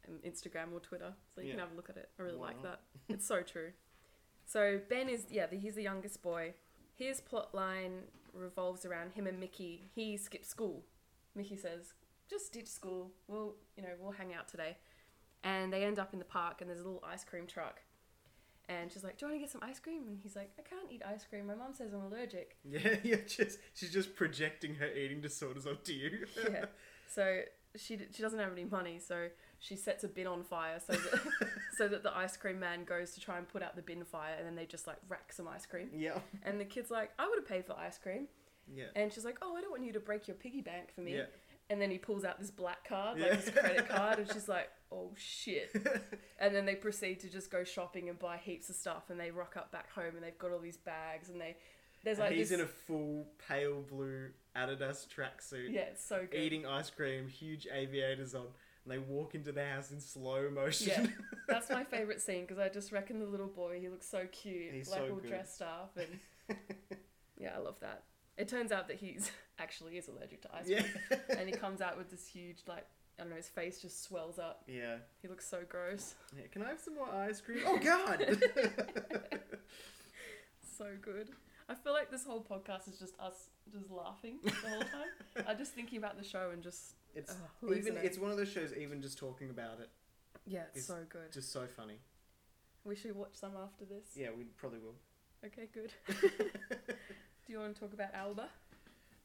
Speaker 1: um, Instagram or Twitter, so you can
Speaker 2: Yeah.
Speaker 1: have a look at it. I really
Speaker 2: Why
Speaker 1: like that.
Speaker 2: not?
Speaker 1: It's so true. So Ben is yeah, the, he's the youngest boy. His plot line revolves around him and Mickey. He skips school. Mickey says, "Just ditch school. We'll you know we'll hang out today." And they end up in the park, and there's a little ice cream truck. And she's like, "Do you want to get some ice cream?" And he's like, "I can't eat ice cream. My mom says I'm allergic."
Speaker 2: [LAUGHS] Yeah, you're just she's just projecting her eating disorders onto you. [LAUGHS]
Speaker 1: yeah. So she d- she doesn't have any money, so she sets a bin on fire so that so that the ice cream man goes to try and put out the bin fire, and then they just like rack some ice cream.
Speaker 2: yeah.
Speaker 1: And the kid's like, I would have paid for ice cream,
Speaker 2: Yeah.
Speaker 1: and she's like, Oh, I don't want you to break your piggy bank for me.
Speaker 2: Yeah.
Speaker 1: And then he pulls out this black card, like
Speaker 2: Yeah.
Speaker 1: his
Speaker 2: [LAUGHS]
Speaker 1: credit card, and she's like, Oh shit. And then they proceed to just go shopping and buy heaps of stuff, and they rock up back home, and they've got all these bags, and they there's like
Speaker 2: He's
Speaker 1: this,
Speaker 2: in a full pale blue Adidas tracksuit.
Speaker 1: yeah, it's so good.
Speaker 2: Eating ice cream, huge aviators on, and they walk into the house in slow motion.
Speaker 1: Yeah,
Speaker 2: [LAUGHS]
Speaker 1: that's my favorite scene because I just reckon the little boy he looks so cute,
Speaker 2: He's
Speaker 1: like
Speaker 2: so
Speaker 1: all
Speaker 2: good.
Speaker 1: dressed up, and yeah, I love that. It turns out that he's [LAUGHS] actually is allergic to ice cream,
Speaker 2: yeah. [LAUGHS]
Speaker 1: and he comes out with this huge like I don't know, his face just swells up.
Speaker 2: yeah.
Speaker 1: He looks so gross, [LAUGHS]
Speaker 2: Yeah. Can I have some more ice cream? Oh god.
Speaker 1: so good. I feel like this whole podcast is just us just laughing the
Speaker 2: [LAUGHS]
Speaker 1: whole time. I'm just thinking about the show and just
Speaker 2: [LAUGHS] It's
Speaker 1: Ugh,
Speaker 2: even
Speaker 1: hallucinating.
Speaker 2: it's one of those shows even just talking about it
Speaker 1: yeah, it's,
Speaker 2: It's
Speaker 1: so good.
Speaker 2: just so funny.
Speaker 1: We should watch some after this.
Speaker 2: Yeah, we probably will.
Speaker 1: [LAUGHS]
Speaker 2: [LAUGHS]
Speaker 1: Okay, good. Do you want to talk about Alba?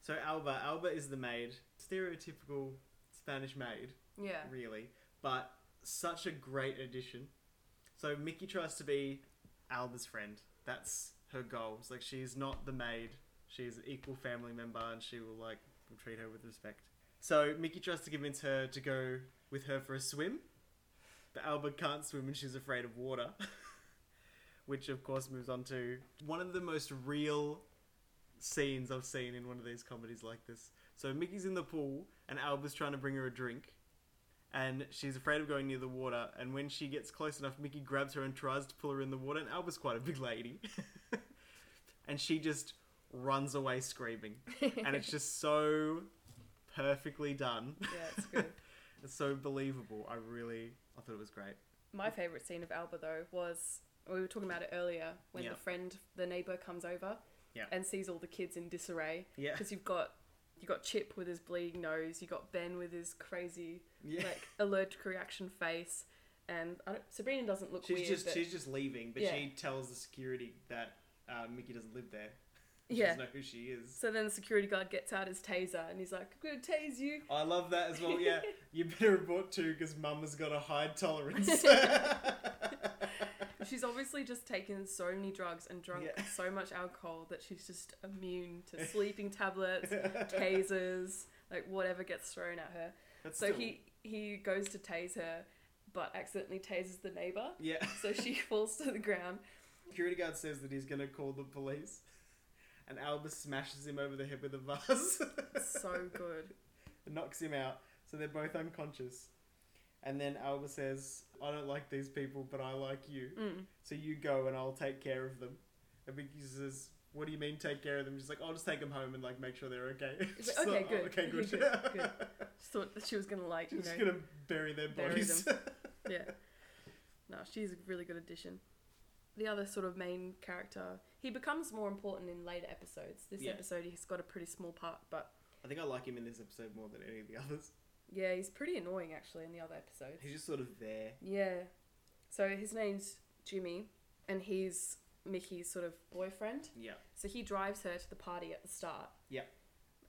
Speaker 2: So Alba, Alba is the maid, stereotypical Spanish maid,
Speaker 1: Yeah.
Speaker 2: really, but such a great addition. So Mickey tries to be Alba's friend. That's her goal. It's like she's not the maid. She's an equal family member, and she will like will treat her with respect. So Mickey tries to convince her to go with her for a swim, but Alba can't swim and she's afraid of water. Which of course moves on to one of the most real scenes I've seen in one of these comedies like this. So Mickey's in the pool and Alba's trying to bring her a drink. And she's afraid of going near the water, and when she gets close enough, Mickey grabs her and tries to pull her in the water. And Alba's quite a big lady, [LAUGHS] and she just runs
Speaker 1: [LAUGHS]
Speaker 2: away screaming. and it's just so perfectly done.
Speaker 1: Yeah, it's good.
Speaker 2: [LAUGHS] It's so believable. I really, I thought it was great.
Speaker 1: My favorite scene of Alba though was we were talking about it earlier when
Speaker 2: Yeah.
Speaker 1: the friend, the neighbor, comes over
Speaker 2: Yeah.
Speaker 1: and sees all the kids in disarray
Speaker 2: Yeah,
Speaker 1: because you've got you got Chip with his bleeding nose, you got Ben with his crazy
Speaker 2: yeah.
Speaker 1: [LAUGHS] like allergic reaction face, and I don't, Sabrina doesn't look
Speaker 2: she's
Speaker 1: weird.
Speaker 2: just
Speaker 1: but
Speaker 2: she's just leaving, but
Speaker 1: Yeah.
Speaker 2: she tells the security that uh, Mickey doesn't live there. She
Speaker 1: yeah.
Speaker 2: doesn't know who she is.
Speaker 1: So then the security guard gets out his taser and he's like, "I'm gonna tase
Speaker 2: [LAUGHS]
Speaker 1: you."
Speaker 2: I love that as
Speaker 1: [LAUGHS]
Speaker 2: well. Yeah, you better report too because Mum has got a high
Speaker 1: [LAUGHS]
Speaker 2: tolerance. [LAUGHS]
Speaker 1: She's obviously just taken so many drugs and drunk
Speaker 2: Yeah.
Speaker 1: so much alcohol that she's just immune
Speaker 2: [LAUGHS]
Speaker 1: to sleeping tablets, tasers, like whatever gets thrown at her.
Speaker 2: That's
Speaker 1: So
Speaker 2: still-
Speaker 1: he he goes to tase her, but accidentally tases the neighbor.
Speaker 2: Yeah,
Speaker 1: [LAUGHS] So she falls to the ground.
Speaker 2: [LAUGHS] security guard says that he's gonna call the police, and Albus smashes him over the head with a vase. [LAUGHS]
Speaker 1: So good.
Speaker 2: knocks him out. So they're both unconscious. And then Alba says, I don't like these people, but I like you.
Speaker 1: Mm.
Speaker 2: So you go and I'll take care of them. And Vicky says, What do you mean take care of them? She's like, I'll just take them home and like make sure they're okay.
Speaker 1: He's
Speaker 2: [LAUGHS] Just
Speaker 1: like, okay, good.
Speaker 2: oh, okay, good.
Speaker 1: Okay, [LAUGHS] good,
Speaker 2: [LAUGHS]
Speaker 1: good. Just thought that she was gonna like, you
Speaker 2: She's
Speaker 1: know,
Speaker 2: gonna bury their
Speaker 1: bury
Speaker 2: bodies. [LAUGHS]
Speaker 1: yeah. No, she's a really good addition. The other sort of main character, he becomes more important in later episodes. This
Speaker 2: Yeah.
Speaker 1: episode, he's got a pretty small part, but
Speaker 2: I think I like him in this episode more than any of the others.
Speaker 1: yeah, he's pretty annoying actually in the other episodes.
Speaker 2: He's just sort of there.
Speaker 1: Yeah. So his name's Jimmy, and he's Mickey's sort of boyfriend.
Speaker 2: Yeah.
Speaker 1: So he drives her to the party at the start.
Speaker 2: Yeah.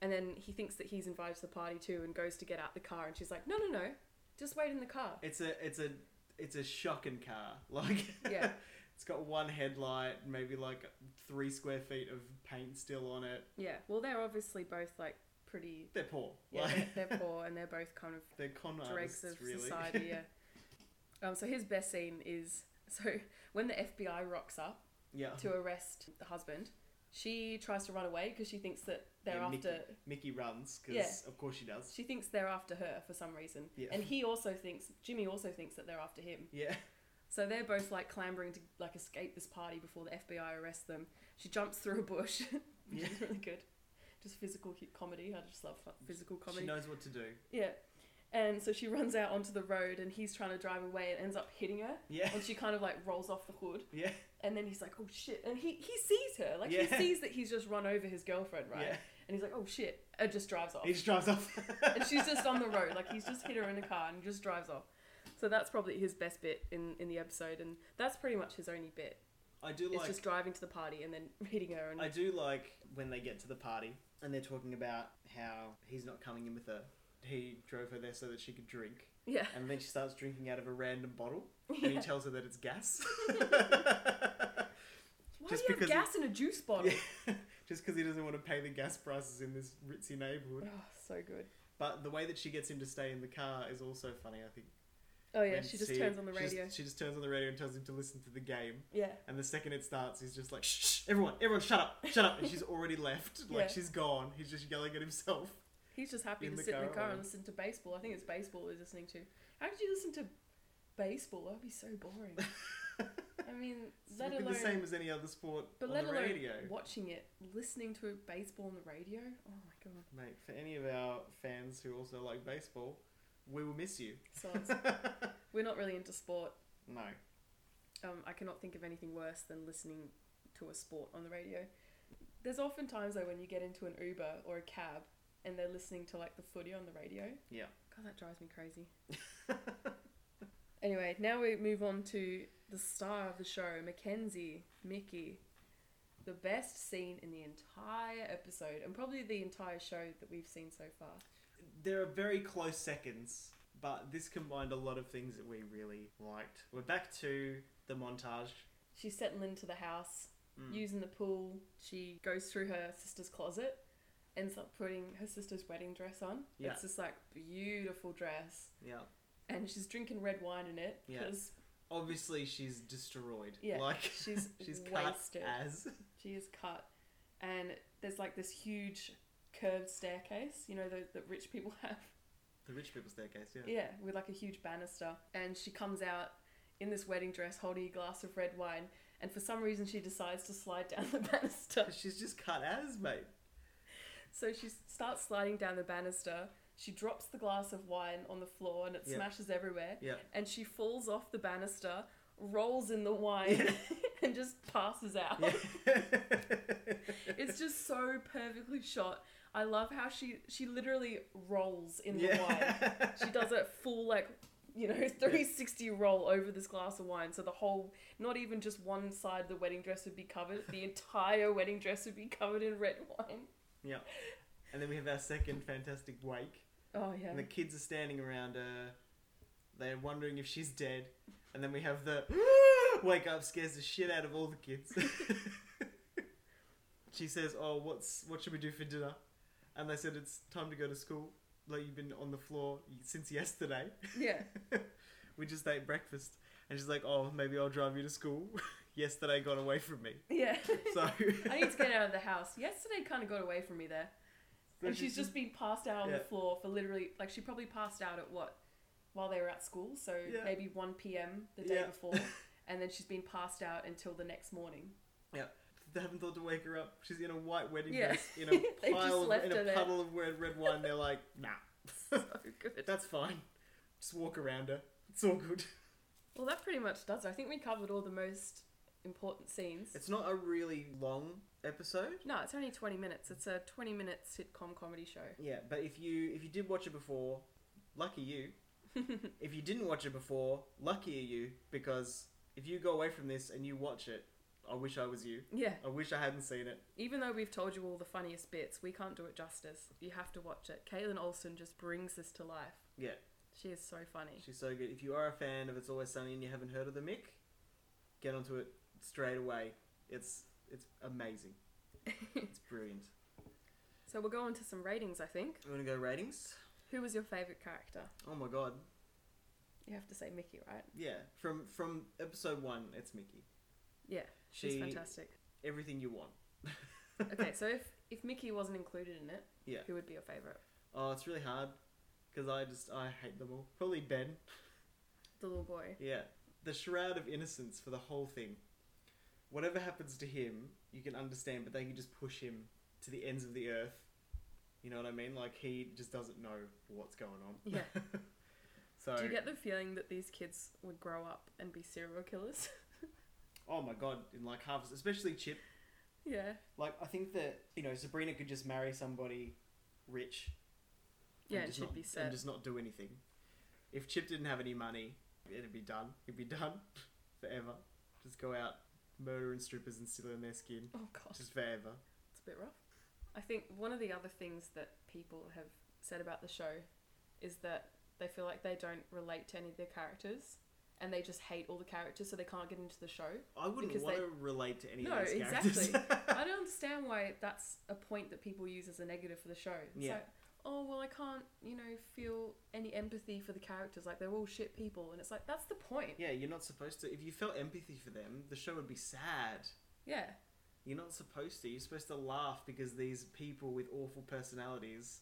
Speaker 1: And then he thinks that he's invited to the party too and goes to get out the car, and she's like, no, no, no, just wait in the car.
Speaker 2: It's a it's a it's a shocking car. [LAUGHS] Like
Speaker 1: Yeah.
Speaker 2: it's got one headlight, maybe like three square feet of paint still on it.
Speaker 1: Yeah. Well, they're obviously both like pretty.
Speaker 2: They're poor.
Speaker 1: Yeah,
Speaker 2: like, [LAUGHS]
Speaker 1: they're, they're poor and they're both kind of
Speaker 2: they're con
Speaker 1: dregs
Speaker 2: artists,
Speaker 1: of
Speaker 2: really.
Speaker 1: society. Yeah. Um, so his best scene is so when the FBI rocks up
Speaker 2: [LAUGHS] yeah.
Speaker 1: to arrest the husband, she tries to run away because she thinks that they're
Speaker 2: Yeah, Mickey.
Speaker 1: after
Speaker 2: Mickey runs because
Speaker 1: Yeah.
Speaker 2: of course she does.
Speaker 1: She thinks they're after her for some reason.
Speaker 2: Yeah.
Speaker 1: And he also thinks, Jimmy also thinks that they're after him.
Speaker 2: Yeah. [LAUGHS]
Speaker 1: So they're both like clambering to like escape this party before the FBI arrest them. She jumps through a bush, [LAUGHS] which
Speaker 2: Yeah.
Speaker 1: is really good. Just physical hu- comedy. I just love fu- physical
Speaker 2: She
Speaker 1: comedy.
Speaker 2: knows what to do.
Speaker 1: Yeah. And so she runs out onto the road and he's trying to drive away and ends up hitting her.
Speaker 2: Yeah.
Speaker 1: And she kind of like rolls off the hood.
Speaker 2: Yeah.
Speaker 1: And then he's like, oh shit. And he, he sees her. Like he
Speaker 2: Yeah.
Speaker 1: sees that he's just run over his girlfriend, right?
Speaker 2: Yeah.
Speaker 1: And he's like, oh shit. And just drives off.
Speaker 2: He just drives off. [LAUGHS]
Speaker 1: and she's just on the road. Like he's just hit her in a car and he just drives off. So that's probably his best bit in, in the episode. And that's pretty much his only bit.
Speaker 2: I do
Speaker 1: It's
Speaker 2: like.
Speaker 1: just driving to the party and then hitting her. And
Speaker 2: I do like when they get to the party and they're talking about how he's not coming in with her. He drove her there so that she could drink,
Speaker 1: yeah.
Speaker 2: and then she starts drinking out of a random bottle, and
Speaker 1: [LAUGHS]
Speaker 2: he
Speaker 1: Yeah.
Speaker 2: tells her that it's gas. [LAUGHS]
Speaker 1: Why
Speaker 2: just
Speaker 1: do you have
Speaker 2: because-
Speaker 1: gas in a juice [LAUGHS] bottle?
Speaker 2: Yeah. [LAUGHS] Just because he doesn't want to pay the gas prices in this ritzy neighborhood.
Speaker 1: Oh, so good.
Speaker 2: But the way that she gets him to stay in the car is also funny, I think.
Speaker 1: Oh yeah,
Speaker 2: When
Speaker 1: she just turns on the
Speaker 2: she just-
Speaker 1: radio.
Speaker 2: she just turns on the radio and tells him to listen to the game.
Speaker 1: Yeah.
Speaker 2: And the second it starts, he's just like, shh, shh, everyone, everyone, shut up, shut up. And she's
Speaker 1: [LAUGHS]
Speaker 2: already left. Like,
Speaker 1: Yeah.
Speaker 2: she's gone. He's just yelling at himself.
Speaker 1: He's just happy
Speaker 2: In
Speaker 1: to
Speaker 2: the
Speaker 1: sit in the
Speaker 2: car
Speaker 1: car
Speaker 2: or-
Speaker 1: and listen to baseball. I think it's baseball he's listening to. How could you listen to baseball? That would be so
Speaker 2: [LAUGHS]
Speaker 1: boring. I mean,
Speaker 2: It
Speaker 1: let
Speaker 2: would be
Speaker 1: alone
Speaker 2: the same as any other sport
Speaker 1: but
Speaker 2: on
Speaker 1: let
Speaker 2: the
Speaker 1: alone
Speaker 2: radio.
Speaker 1: watching it, listening to baseball on the radio. Oh my god,
Speaker 2: Mate, for any of our fans who also like baseball, we will miss you.
Speaker 1: so
Speaker 2: [LAUGHS]
Speaker 1: it's- we're not really into sport.
Speaker 2: No.
Speaker 1: Um, I cannot think of anything worse than listening to a sport on the radio. There's often times though when you get into an Uber or a cab and they're listening to like the footy on the radio.
Speaker 2: Yeah.
Speaker 1: God, that drives me crazy.
Speaker 2: [LAUGHS]
Speaker 1: Anyway, now we move on to the star of the show, Mackenzie, Mickey. The best scene in the entire episode, and probably the entire show that we've seen so far.
Speaker 2: There are very close seconds, but this combined a lot of things that we really liked. We're back to the montage.
Speaker 1: She's settling into the house,
Speaker 2: Mm.
Speaker 1: using the pool. She goes through her sister's closet, ends up putting her sister's wedding dress on.
Speaker 2: Yeah.
Speaker 1: It's this like beautiful dress,
Speaker 2: Yeah.
Speaker 1: and she's drinking red wine in it
Speaker 2: Yeah.
Speaker 1: because
Speaker 2: Obviously, she's destroyed.
Speaker 1: Yeah,
Speaker 2: Like,
Speaker 1: she's
Speaker 2: [LAUGHS] she's
Speaker 1: wasted.
Speaker 2: cut as. [LAUGHS]
Speaker 1: She is cut, and there's like this huge curved staircase, you know, that, that rich people [LAUGHS] have.
Speaker 2: The rich people staircase, yeah.
Speaker 1: Yeah, with like a huge banister. And she comes out in this wedding dress holding a glass of red wine, and for some reason she decides to slide down the [LAUGHS] banister.
Speaker 2: She's just cut as, mate.
Speaker 1: So she starts sliding down the banister. She drops the glass of wine on the floor and it
Speaker 2: Yeah.
Speaker 1: smashes everywhere.
Speaker 2: Yeah.
Speaker 1: And she falls off the banister, rolls in the wine, [LAUGHS] and just passes out.
Speaker 2: Yeah.
Speaker 1: Oh. [LAUGHS] It's just so perfectly shot. I love how she she literally rolls in the wine. She does a full like you know [LAUGHS] 360 roll over this glass of wine, so the whole not even just one side of the wedding dress would be covered. The entire wedding dress would be covered in red wine.
Speaker 2: yeah. [LAUGHS] And then we have our second fantastic wake.
Speaker 1: Oh yeah.
Speaker 2: And the kids are standing around her. They're wondering if she's dead. And then we
Speaker 1: [GASPS]
Speaker 2: have the wake up scares the shit out of all the kids. [LAUGHS] she says, "Oh, what's what should we do for dinner?" And they said, "It's time to go to school. Like you've been on the floor since yesterday. [LAUGHS]
Speaker 1: yeah.
Speaker 2: we just ate breakfast." And she's like, "Oh, maybe I'll drive you to school. [LAUGHS] yesterday got away from me."
Speaker 1: [LAUGHS] Yeah.
Speaker 2: So
Speaker 1: I need to
Speaker 2: [LAUGHS]
Speaker 1: get out of the house. Yesterday kind of got away from me there. And she's just been passed out on the
Speaker 2: Yeah.
Speaker 1: floor for literally, like, she probably passed out at what? While they were at school, so
Speaker 2: Yeah.
Speaker 1: maybe 1 p.m. the day [LAUGHS]
Speaker 2: Yeah.
Speaker 1: before. And then she's been passed out until the next morning.
Speaker 2: They haven't thought to wake her up. She's in a white wedding
Speaker 1: Yeah.
Speaker 2: dress,
Speaker 1: [LAUGHS]
Speaker 2: in
Speaker 1: They've
Speaker 2: a
Speaker 1: just
Speaker 2: pile, of,
Speaker 1: left
Speaker 2: in
Speaker 1: her
Speaker 2: a
Speaker 1: there.
Speaker 2: puddle of red, red wine.
Speaker 1: [LAUGHS]
Speaker 2: They're like, nah, [LAUGHS]
Speaker 1: so Oh, good.
Speaker 2: that's fine. Just walk around her. It's all good. [LAUGHS]
Speaker 1: Well, that pretty much does it. I think we covered all the most important scenes.
Speaker 2: It's not a really long episode.
Speaker 1: no, it's only 20 minutes. It's a 20 minute sitcom comedy show. [LAUGHS]
Speaker 2: Yeah, but if you if you did watch it before, lucky you. if you didn't watch it before, luckier you because if you go away from this and you watch it, I wish I was you.
Speaker 1: Yeah.
Speaker 2: I wish I hadn't seen it.
Speaker 1: Even though we've told you all the funniest bits, we can't do it justice. You have to watch it. Caitlin Olsen just brings this to life.
Speaker 2: Yeah.
Speaker 1: She is so funny. [LAUGHS]
Speaker 2: She's so good. If you are a fan of It's Always Sunny and you haven't heard of the Mick, get onto it straight away. It's it's amazing. it's brilliant.
Speaker 1: So we'll go on to some ratings, I think.
Speaker 2: I'm gonna go ratings.
Speaker 1: Who was your favourite character?
Speaker 2: Oh my god.
Speaker 1: You have to say Mickey, right?
Speaker 2: Yeah. From from episode one, it's Mickey.
Speaker 1: Yeah, she's
Speaker 2: She-
Speaker 1: fantastic.
Speaker 2: Everything you want. [LAUGHS]
Speaker 1: Okay, so if, if Mickey wasn't included in it,
Speaker 2: Yeah.
Speaker 1: who would be your favourite?
Speaker 2: Oh, it's really hard because I just I hate them all. Probably Ben.
Speaker 1: The little boy.
Speaker 2: Yeah. the shroud of innocence for the whole thing. Whatever happens to him, you can understand, but they can just push him to the ends of the earth. You know what I mean? Like he just doesn't know what's going on.
Speaker 1: Yeah.
Speaker 2: so,
Speaker 1: Do you get the feeling that these kids would grow up and be serial killers? [LAUGHS]
Speaker 2: oh my god, in like Harvest, especially Chip.
Speaker 1: yeah.
Speaker 2: Like I think that you know Sabrina could just marry somebody rich.
Speaker 1: Yeah,
Speaker 2: and
Speaker 1: it
Speaker 2: just
Speaker 1: should
Speaker 2: not-
Speaker 1: be set.
Speaker 2: And just not do anything. If Chip didn't have any money, it'd be done. He'd be done [LAUGHS] forever. Just go out murdering strippers and stealing their skin,
Speaker 1: Oh god.
Speaker 2: just forever.
Speaker 1: It's a bit rough. I think one of the other things that people have said about the show is that they feel like they don't relate to any of their characters and they just hate all the characters so they can't get into the show.
Speaker 2: I wouldn't
Speaker 1: Because
Speaker 2: want
Speaker 1: they-
Speaker 2: to relate to any
Speaker 1: No,
Speaker 2: of those characters.
Speaker 1: I don't understand why that's a point that people use as a negative for the show. It's
Speaker 2: Yeah.
Speaker 1: like, oh, well, I can't, you know, feel any empathy for the characters. Like, they're all shit people. And it's like, that's the point.
Speaker 2: [LAUGHS] yeah, you're not supposed to. If you felt empathy for them, the show would be sad.
Speaker 1: Yeah.
Speaker 2: You're not supposed to. You're supposed to laugh because these people with awful personalities,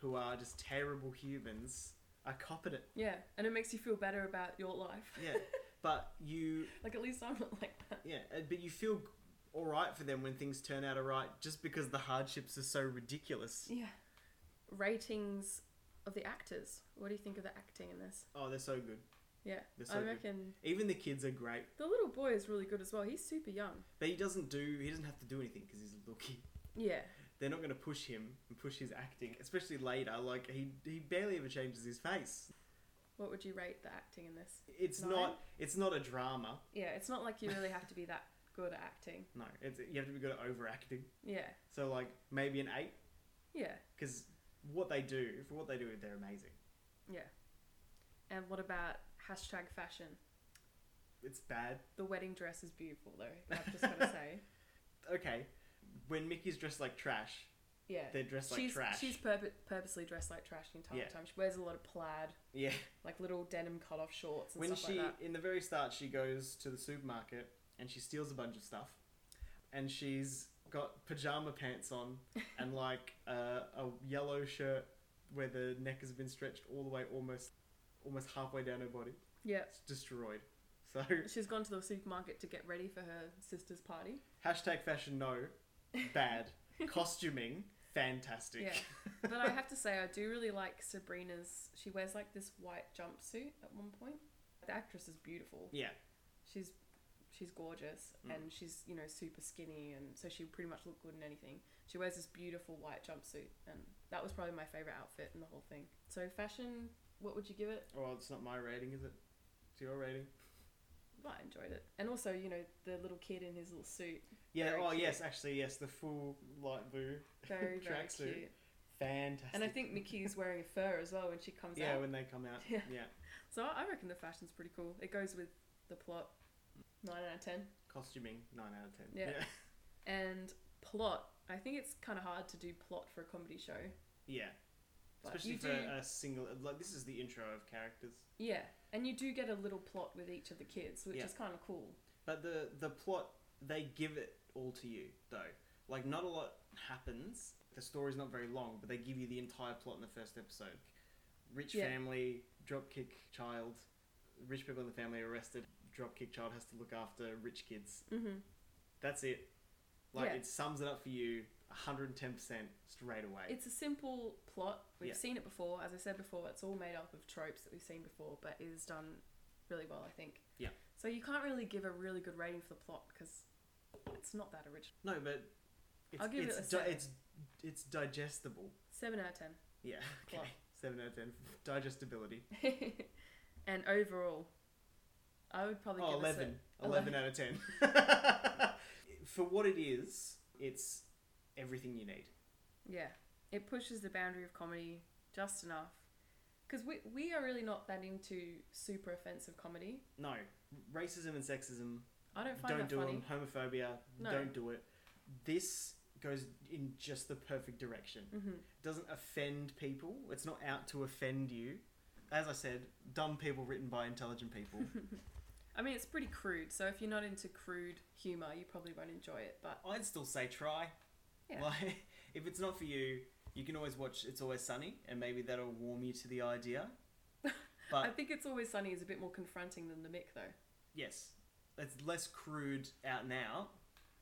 Speaker 2: who are just terrible humans, are competent.
Speaker 1: Yeah. And it makes you feel better about your life.
Speaker 2: Yeah, but you
Speaker 1: [LAUGHS] like, at least I'm not like that.
Speaker 2: Yeah, uh, but you feel all right for them when things turn out all right just because the hardships are so ridiculous.
Speaker 1: Yeah. Ratings of the actors. What do you think of the acting in this?
Speaker 2: Oh, they're so good.
Speaker 1: Yeah.
Speaker 2: They're so
Speaker 1: I
Speaker 2: good.
Speaker 1: reckon
Speaker 2: Even the kids are great.
Speaker 1: the little boy is really good as well. He's super young.
Speaker 2: But he doesn't do, he doesn't have to do anything because he's lucky.
Speaker 1: Yeah.
Speaker 2: They're not going to push him and push his acting, especially later. Like, he, he barely ever changes his face.
Speaker 1: What would you rate the acting in this?
Speaker 2: It's
Speaker 1: Nine?
Speaker 2: not, it's not a drama.
Speaker 1: Yeah, it's not like you really have to be that good at acting.
Speaker 2: No, it's, you have to be good at overacting.
Speaker 1: Yeah.
Speaker 2: So, like, maybe an eight
Speaker 1: Yeah.
Speaker 2: because what they do, for what they do, they're amazing.
Speaker 1: Yeah. And what about hashtag fashion?
Speaker 2: It's bad.
Speaker 1: The wedding dress is beautiful though, I've just gotta
Speaker 2: [LAUGHS]
Speaker 1: say.
Speaker 2: Okay, when Mickey's dressed like trash,
Speaker 1: Yeah.
Speaker 2: they're dressed like
Speaker 1: she's
Speaker 2: trash.
Speaker 1: she's purpo- purposely dressed like trash the entire
Speaker 2: Yeah.
Speaker 1: time. She wears a lot of plaid,
Speaker 2: Yeah.
Speaker 1: like little denim cut off shorts and
Speaker 2: when
Speaker 1: stuff
Speaker 2: she
Speaker 1: like that.
Speaker 2: in the very start she goes to the supermarket and she steals a bunch of stuff and she's got pajama
Speaker 1: [LAUGHS]
Speaker 2: pants on and like uh, a yellow shirt where the neck has been stretched all the way almost almost halfway down her body
Speaker 1: Yeah.
Speaker 2: it's destroyed so [LAUGHS]
Speaker 1: She's gone to the supermarket to get ready for her sister's party.
Speaker 2: hashtag fashion no
Speaker 1: [LAUGHS]
Speaker 2: bad costuming fantastic
Speaker 1: Yeah. But I have to say, I do really like Sabrina's. She wears like this white jumpsuit at one point. The actress is beautiful.
Speaker 2: [LAUGHS] yeah
Speaker 1: She's she's gorgeous
Speaker 2: Mm.
Speaker 1: and she's you know super skinny and so she pretty much look good in anything. She wears this beautiful white jumpsuit and that was probably my favorite outfit in the whole thing. So fashion, what would you give it?
Speaker 2: well it's not my rating is it it's your rating
Speaker 1: Well, I enjoyed it. And also, you know, the little kid in his little suit,
Speaker 2: yeah
Speaker 1: Very
Speaker 2: oh
Speaker 1: cute.
Speaker 2: yes actually yes the full light blue
Speaker 1: very very
Speaker 2: Tracksuit.
Speaker 1: cute.
Speaker 2: fantastic
Speaker 1: And I think Mickey's wearing a fur as well when she comes
Speaker 2: yeah
Speaker 1: out.
Speaker 2: when they come out
Speaker 1: [LAUGHS] Yeah.
Speaker 2: yeah.
Speaker 1: So I I reckon the fashion's pretty cool. It goes with the plot. Nine out of ten.
Speaker 2: Costuming, 9 out of 10.
Speaker 1: Yeah. And plot. I think it's kind of hard to do plot for a comedy show.
Speaker 2: [LAUGHS] Yeah.
Speaker 1: But
Speaker 2: Especially
Speaker 1: you
Speaker 2: for
Speaker 1: do-
Speaker 2: a single. Like, this is the intro of characters.
Speaker 1: Yeah, and you do get a little plot with each of the kids, which
Speaker 2: Yeah.
Speaker 1: is kind of cool.
Speaker 2: But the, the plot, they give it all to you, though. Like, not a lot happens. The story's not very long, but they give you the entire plot in the first episode. Rich
Speaker 1: Yeah.
Speaker 2: family, dropkick child. Rich people in the family arrested. Dropkick child has to look after rich kids.
Speaker 1: Mm-hmm.
Speaker 2: That's it. Like,
Speaker 1: Yeah.
Speaker 2: it sums it up for you 110% straight away.
Speaker 1: It's a simple plot. We've
Speaker 2: Yeah.
Speaker 1: seen it before. As I said before, it's all made up of tropes that we've seen before, but it is done really well, I think.
Speaker 2: Yeah.
Speaker 1: So you can't really give a really good rating for the plot because it's not that original.
Speaker 2: No, but it's,
Speaker 1: I'll give it
Speaker 2: it's,
Speaker 1: a
Speaker 2: di-
Speaker 1: seven.
Speaker 2: it's it's digestible.
Speaker 1: Seven out of ten. [LAUGHS]
Speaker 2: Yeah. Okay.
Speaker 1: Plot.
Speaker 2: Seven out of ten. Digestibility.
Speaker 1: [LAUGHS] and overall, I would probably
Speaker 2: Oh,
Speaker 1: give this a- eleven.
Speaker 2: 11. 11. out of ten. [LAUGHS] For what it is, it's everything you need.
Speaker 1: Yeah, it pushes the boundary of comedy just enough. Because we, we are really not that into super offensive comedy.
Speaker 2: No, racism and sexism.
Speaker 1: I don't find
Speaker 2: Don't
Speaker 1: that
Speaker 2: do
Speaker 1: funny.
Speaker 2: them. Homophobia.
Speaker 1: No.
Speaker 2: Don't do it. This goes in just the perfect direction.
Speaker 1: Mm-hmm.
Speaker 2: doesn't offend people. It's not out to offend you. As I said, dumb people written by intelligent people.
Speaker 1: I mean, it's pretty crude, so if you're not into crude humour, you probably won't enjoy it. But
Speaker 2: I'd still say try.
Speaker 1: Yeah.
Speaker 2: Like, [LAUGHS] if it's not for you, you can always watch It's Always Sunny, and maybe that'll warm you to the idea.
Speaker 1: I [LAUGHS]
Speaker 2: But Uh,
Speaker 1: think It's Always Sunny is a bit more confronting than The Mick, though.
Speaker 2: yes, it's less crude out and out,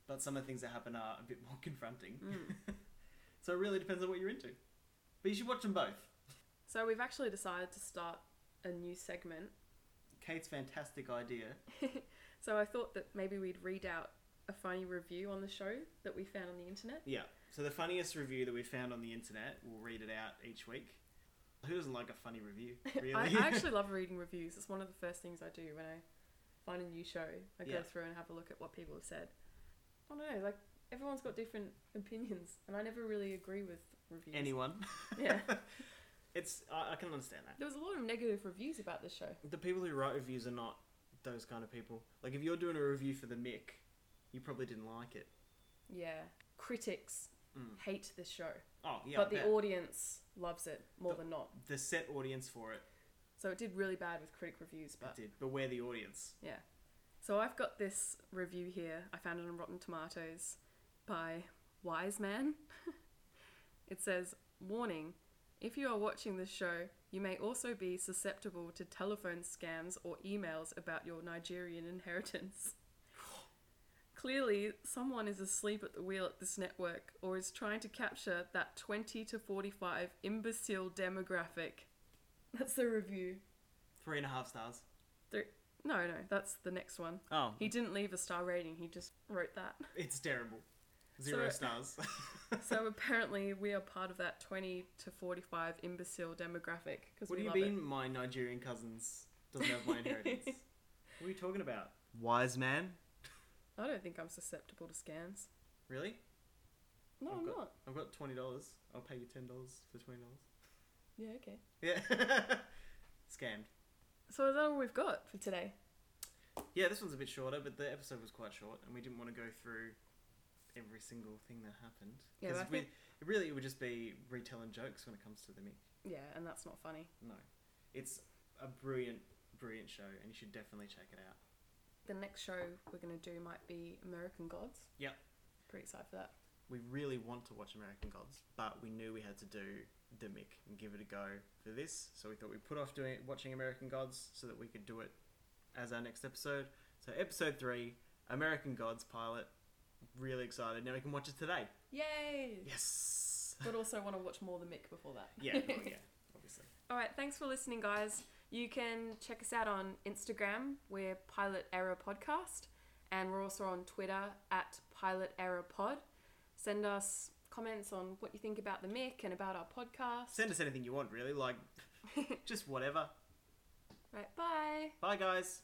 Speaker 2: but some of the things that happen are a bit [LAUGHS] more confronting.
Speaker 1: Hmm.
Speaker 2: [LAUGHS] so it really depends on what you're into. But you should watch them both.
Speaker 1: So we've actually decided to start a new segment.
Speaker 2: Kate's fantastic idea.
Speaker 1: So I thought that maybe we'd read out a funny review on the show that we found on the internet.
Speaker 2: Yeah. So the funniest review that we found on the internet, we'll read it out each week. Who doesn't like a funny review?
Speaker 1: [LAUGHS]
Speaker 2: Really?
Speaker 1: I,
Speaker 2: [LAUGHS]
Speaker 1: I actually love reading reviews. It's one of the first things I do when I find a new show. I go
Speaker 2: Yeah.
Speaker 1: through and have a look at what people have said. I don't know, like everyone's got different [LAUGHS] opinions, and I never really agree with reviews.
Speaker 2: Anyone?
Speaker 1: [LAUGHS] Yeah.
Speaker 2: It's I, I can understand that.
Speaker 1: There was a lot of negative reviews about this show.
Speaker 2: The people who write reviews are not those kind of people. Like if you're doing a review for the Mick, you probably didn't like it.
Speaker 1: Yeah. Critics
Speaker 2: Mm.
Speaker 1: hate this show,
Speaker 2: Oh yeah. I
Speaker 1: but the
Speaker 2: bet.
Speaker 1: audience loves it more
Speaker 2: The-
Speaker 1: than not.
Speaker 2: the set audience for it,
Speaker 1: So it did really bad with critic reviews,
Speaker 2: it
Speaker 1: but
Speaker 2: did. But we're the audience.
Speaker 1: Yeah. So I've got this review here. I found it on Rotten Tomatoes by Wise Man. [LAUGHS] it says, "Warning: If you are watching this show, you may also be susceptible to telephone scams or emails about your Nigerian inheritance." [LAUGHS] Clearly, someone is asleep at the wheel at this network or is trying to capture that 20 to 45 imbecile demographic. That's the review.
Speaker 2: Three and a half stars.
Speaker 1: There- no, no, that's the next one.
Speaker 2: Oh,
Speaker 1: He didn't leave a star rating, he just wrote that.
Speaker 2: it's terrible. Zero
Speaker 1: So-
Speaker 2: stars.
Speaker 1: [LAUGHS] So apparently, we are part of that 20 to 45 imbecile demographic because
Speaker 2: what
Speaker 1: we
Speaker 2: do you
Speaker 1: love
Speaker 2: mean? My Nigerian cousins doesn't have my
Speaker 1: [LAUGHS]
Speaker 2: inheritance. what are you talking about? Wise man.
Speaker 1: it. I don't think I'm susceptible to scams.
Speaker 2: Really?
Speaker 1: No,
Speaker 2: I've
Speaker 1: I'm
Speaker 2: got-
Speaker 1: not.
Speaker 2: I've got twenty dollars. I'll pay you ten dollars for twenty dollars.
Speaker 1: Yeah, okay.
Speaker 2: Yeah. [LAUGHS] Scammed.
Speaker 1: So is that all we've got for today?
Speaker 2: Yeah, this one's a bit shorter, but the episode was quite short, and we didn't want to go through every single thing that happened.
Speaker 1: Yeah,
Speaker 2: 'Cause
Speaker 1: but I
Speaker 2: we, it really it would just be retelling jokes when it comes to the Mick.
Speaker 1: Yeah, and that's not funny.
Speaker 2: No, it's a brilliant, brilliant show, and you should definitely check it out.
Speaker 1: The next show we're going to do might be American Gods.
Speaker 2: Yep.
Speaker 1: Pretty excited for that.
Speaker 2: We really want to watch American Gods, but we knew we had to do the Mick and give it a go for this, so we thought we put off doing watching American Gods so that we could do it as our next episode. So episode three, American Gods pilot. Really excited. Now we can watch it today.
Speaker 1: Yay!
Speaker 2: Yes.
Speaker 1: But also want to watch more The Mick before that. [LAUGHS]
Speaker 2: yeah, well, yeah, obviously.
Speaker 1: All right, thanks for listening, guys. You can check us out on Instagram. We're Pilot Error Podcast, and we're also on Twitter at Pilot Error Pod. Send us comments on what you think about the mic and about our podcast.
Speaker 2: Send us anything you want, really. Like, just whatever.
Speaker 1: [LAUGHS] right, bye.
Speaker 2: Bye, guys.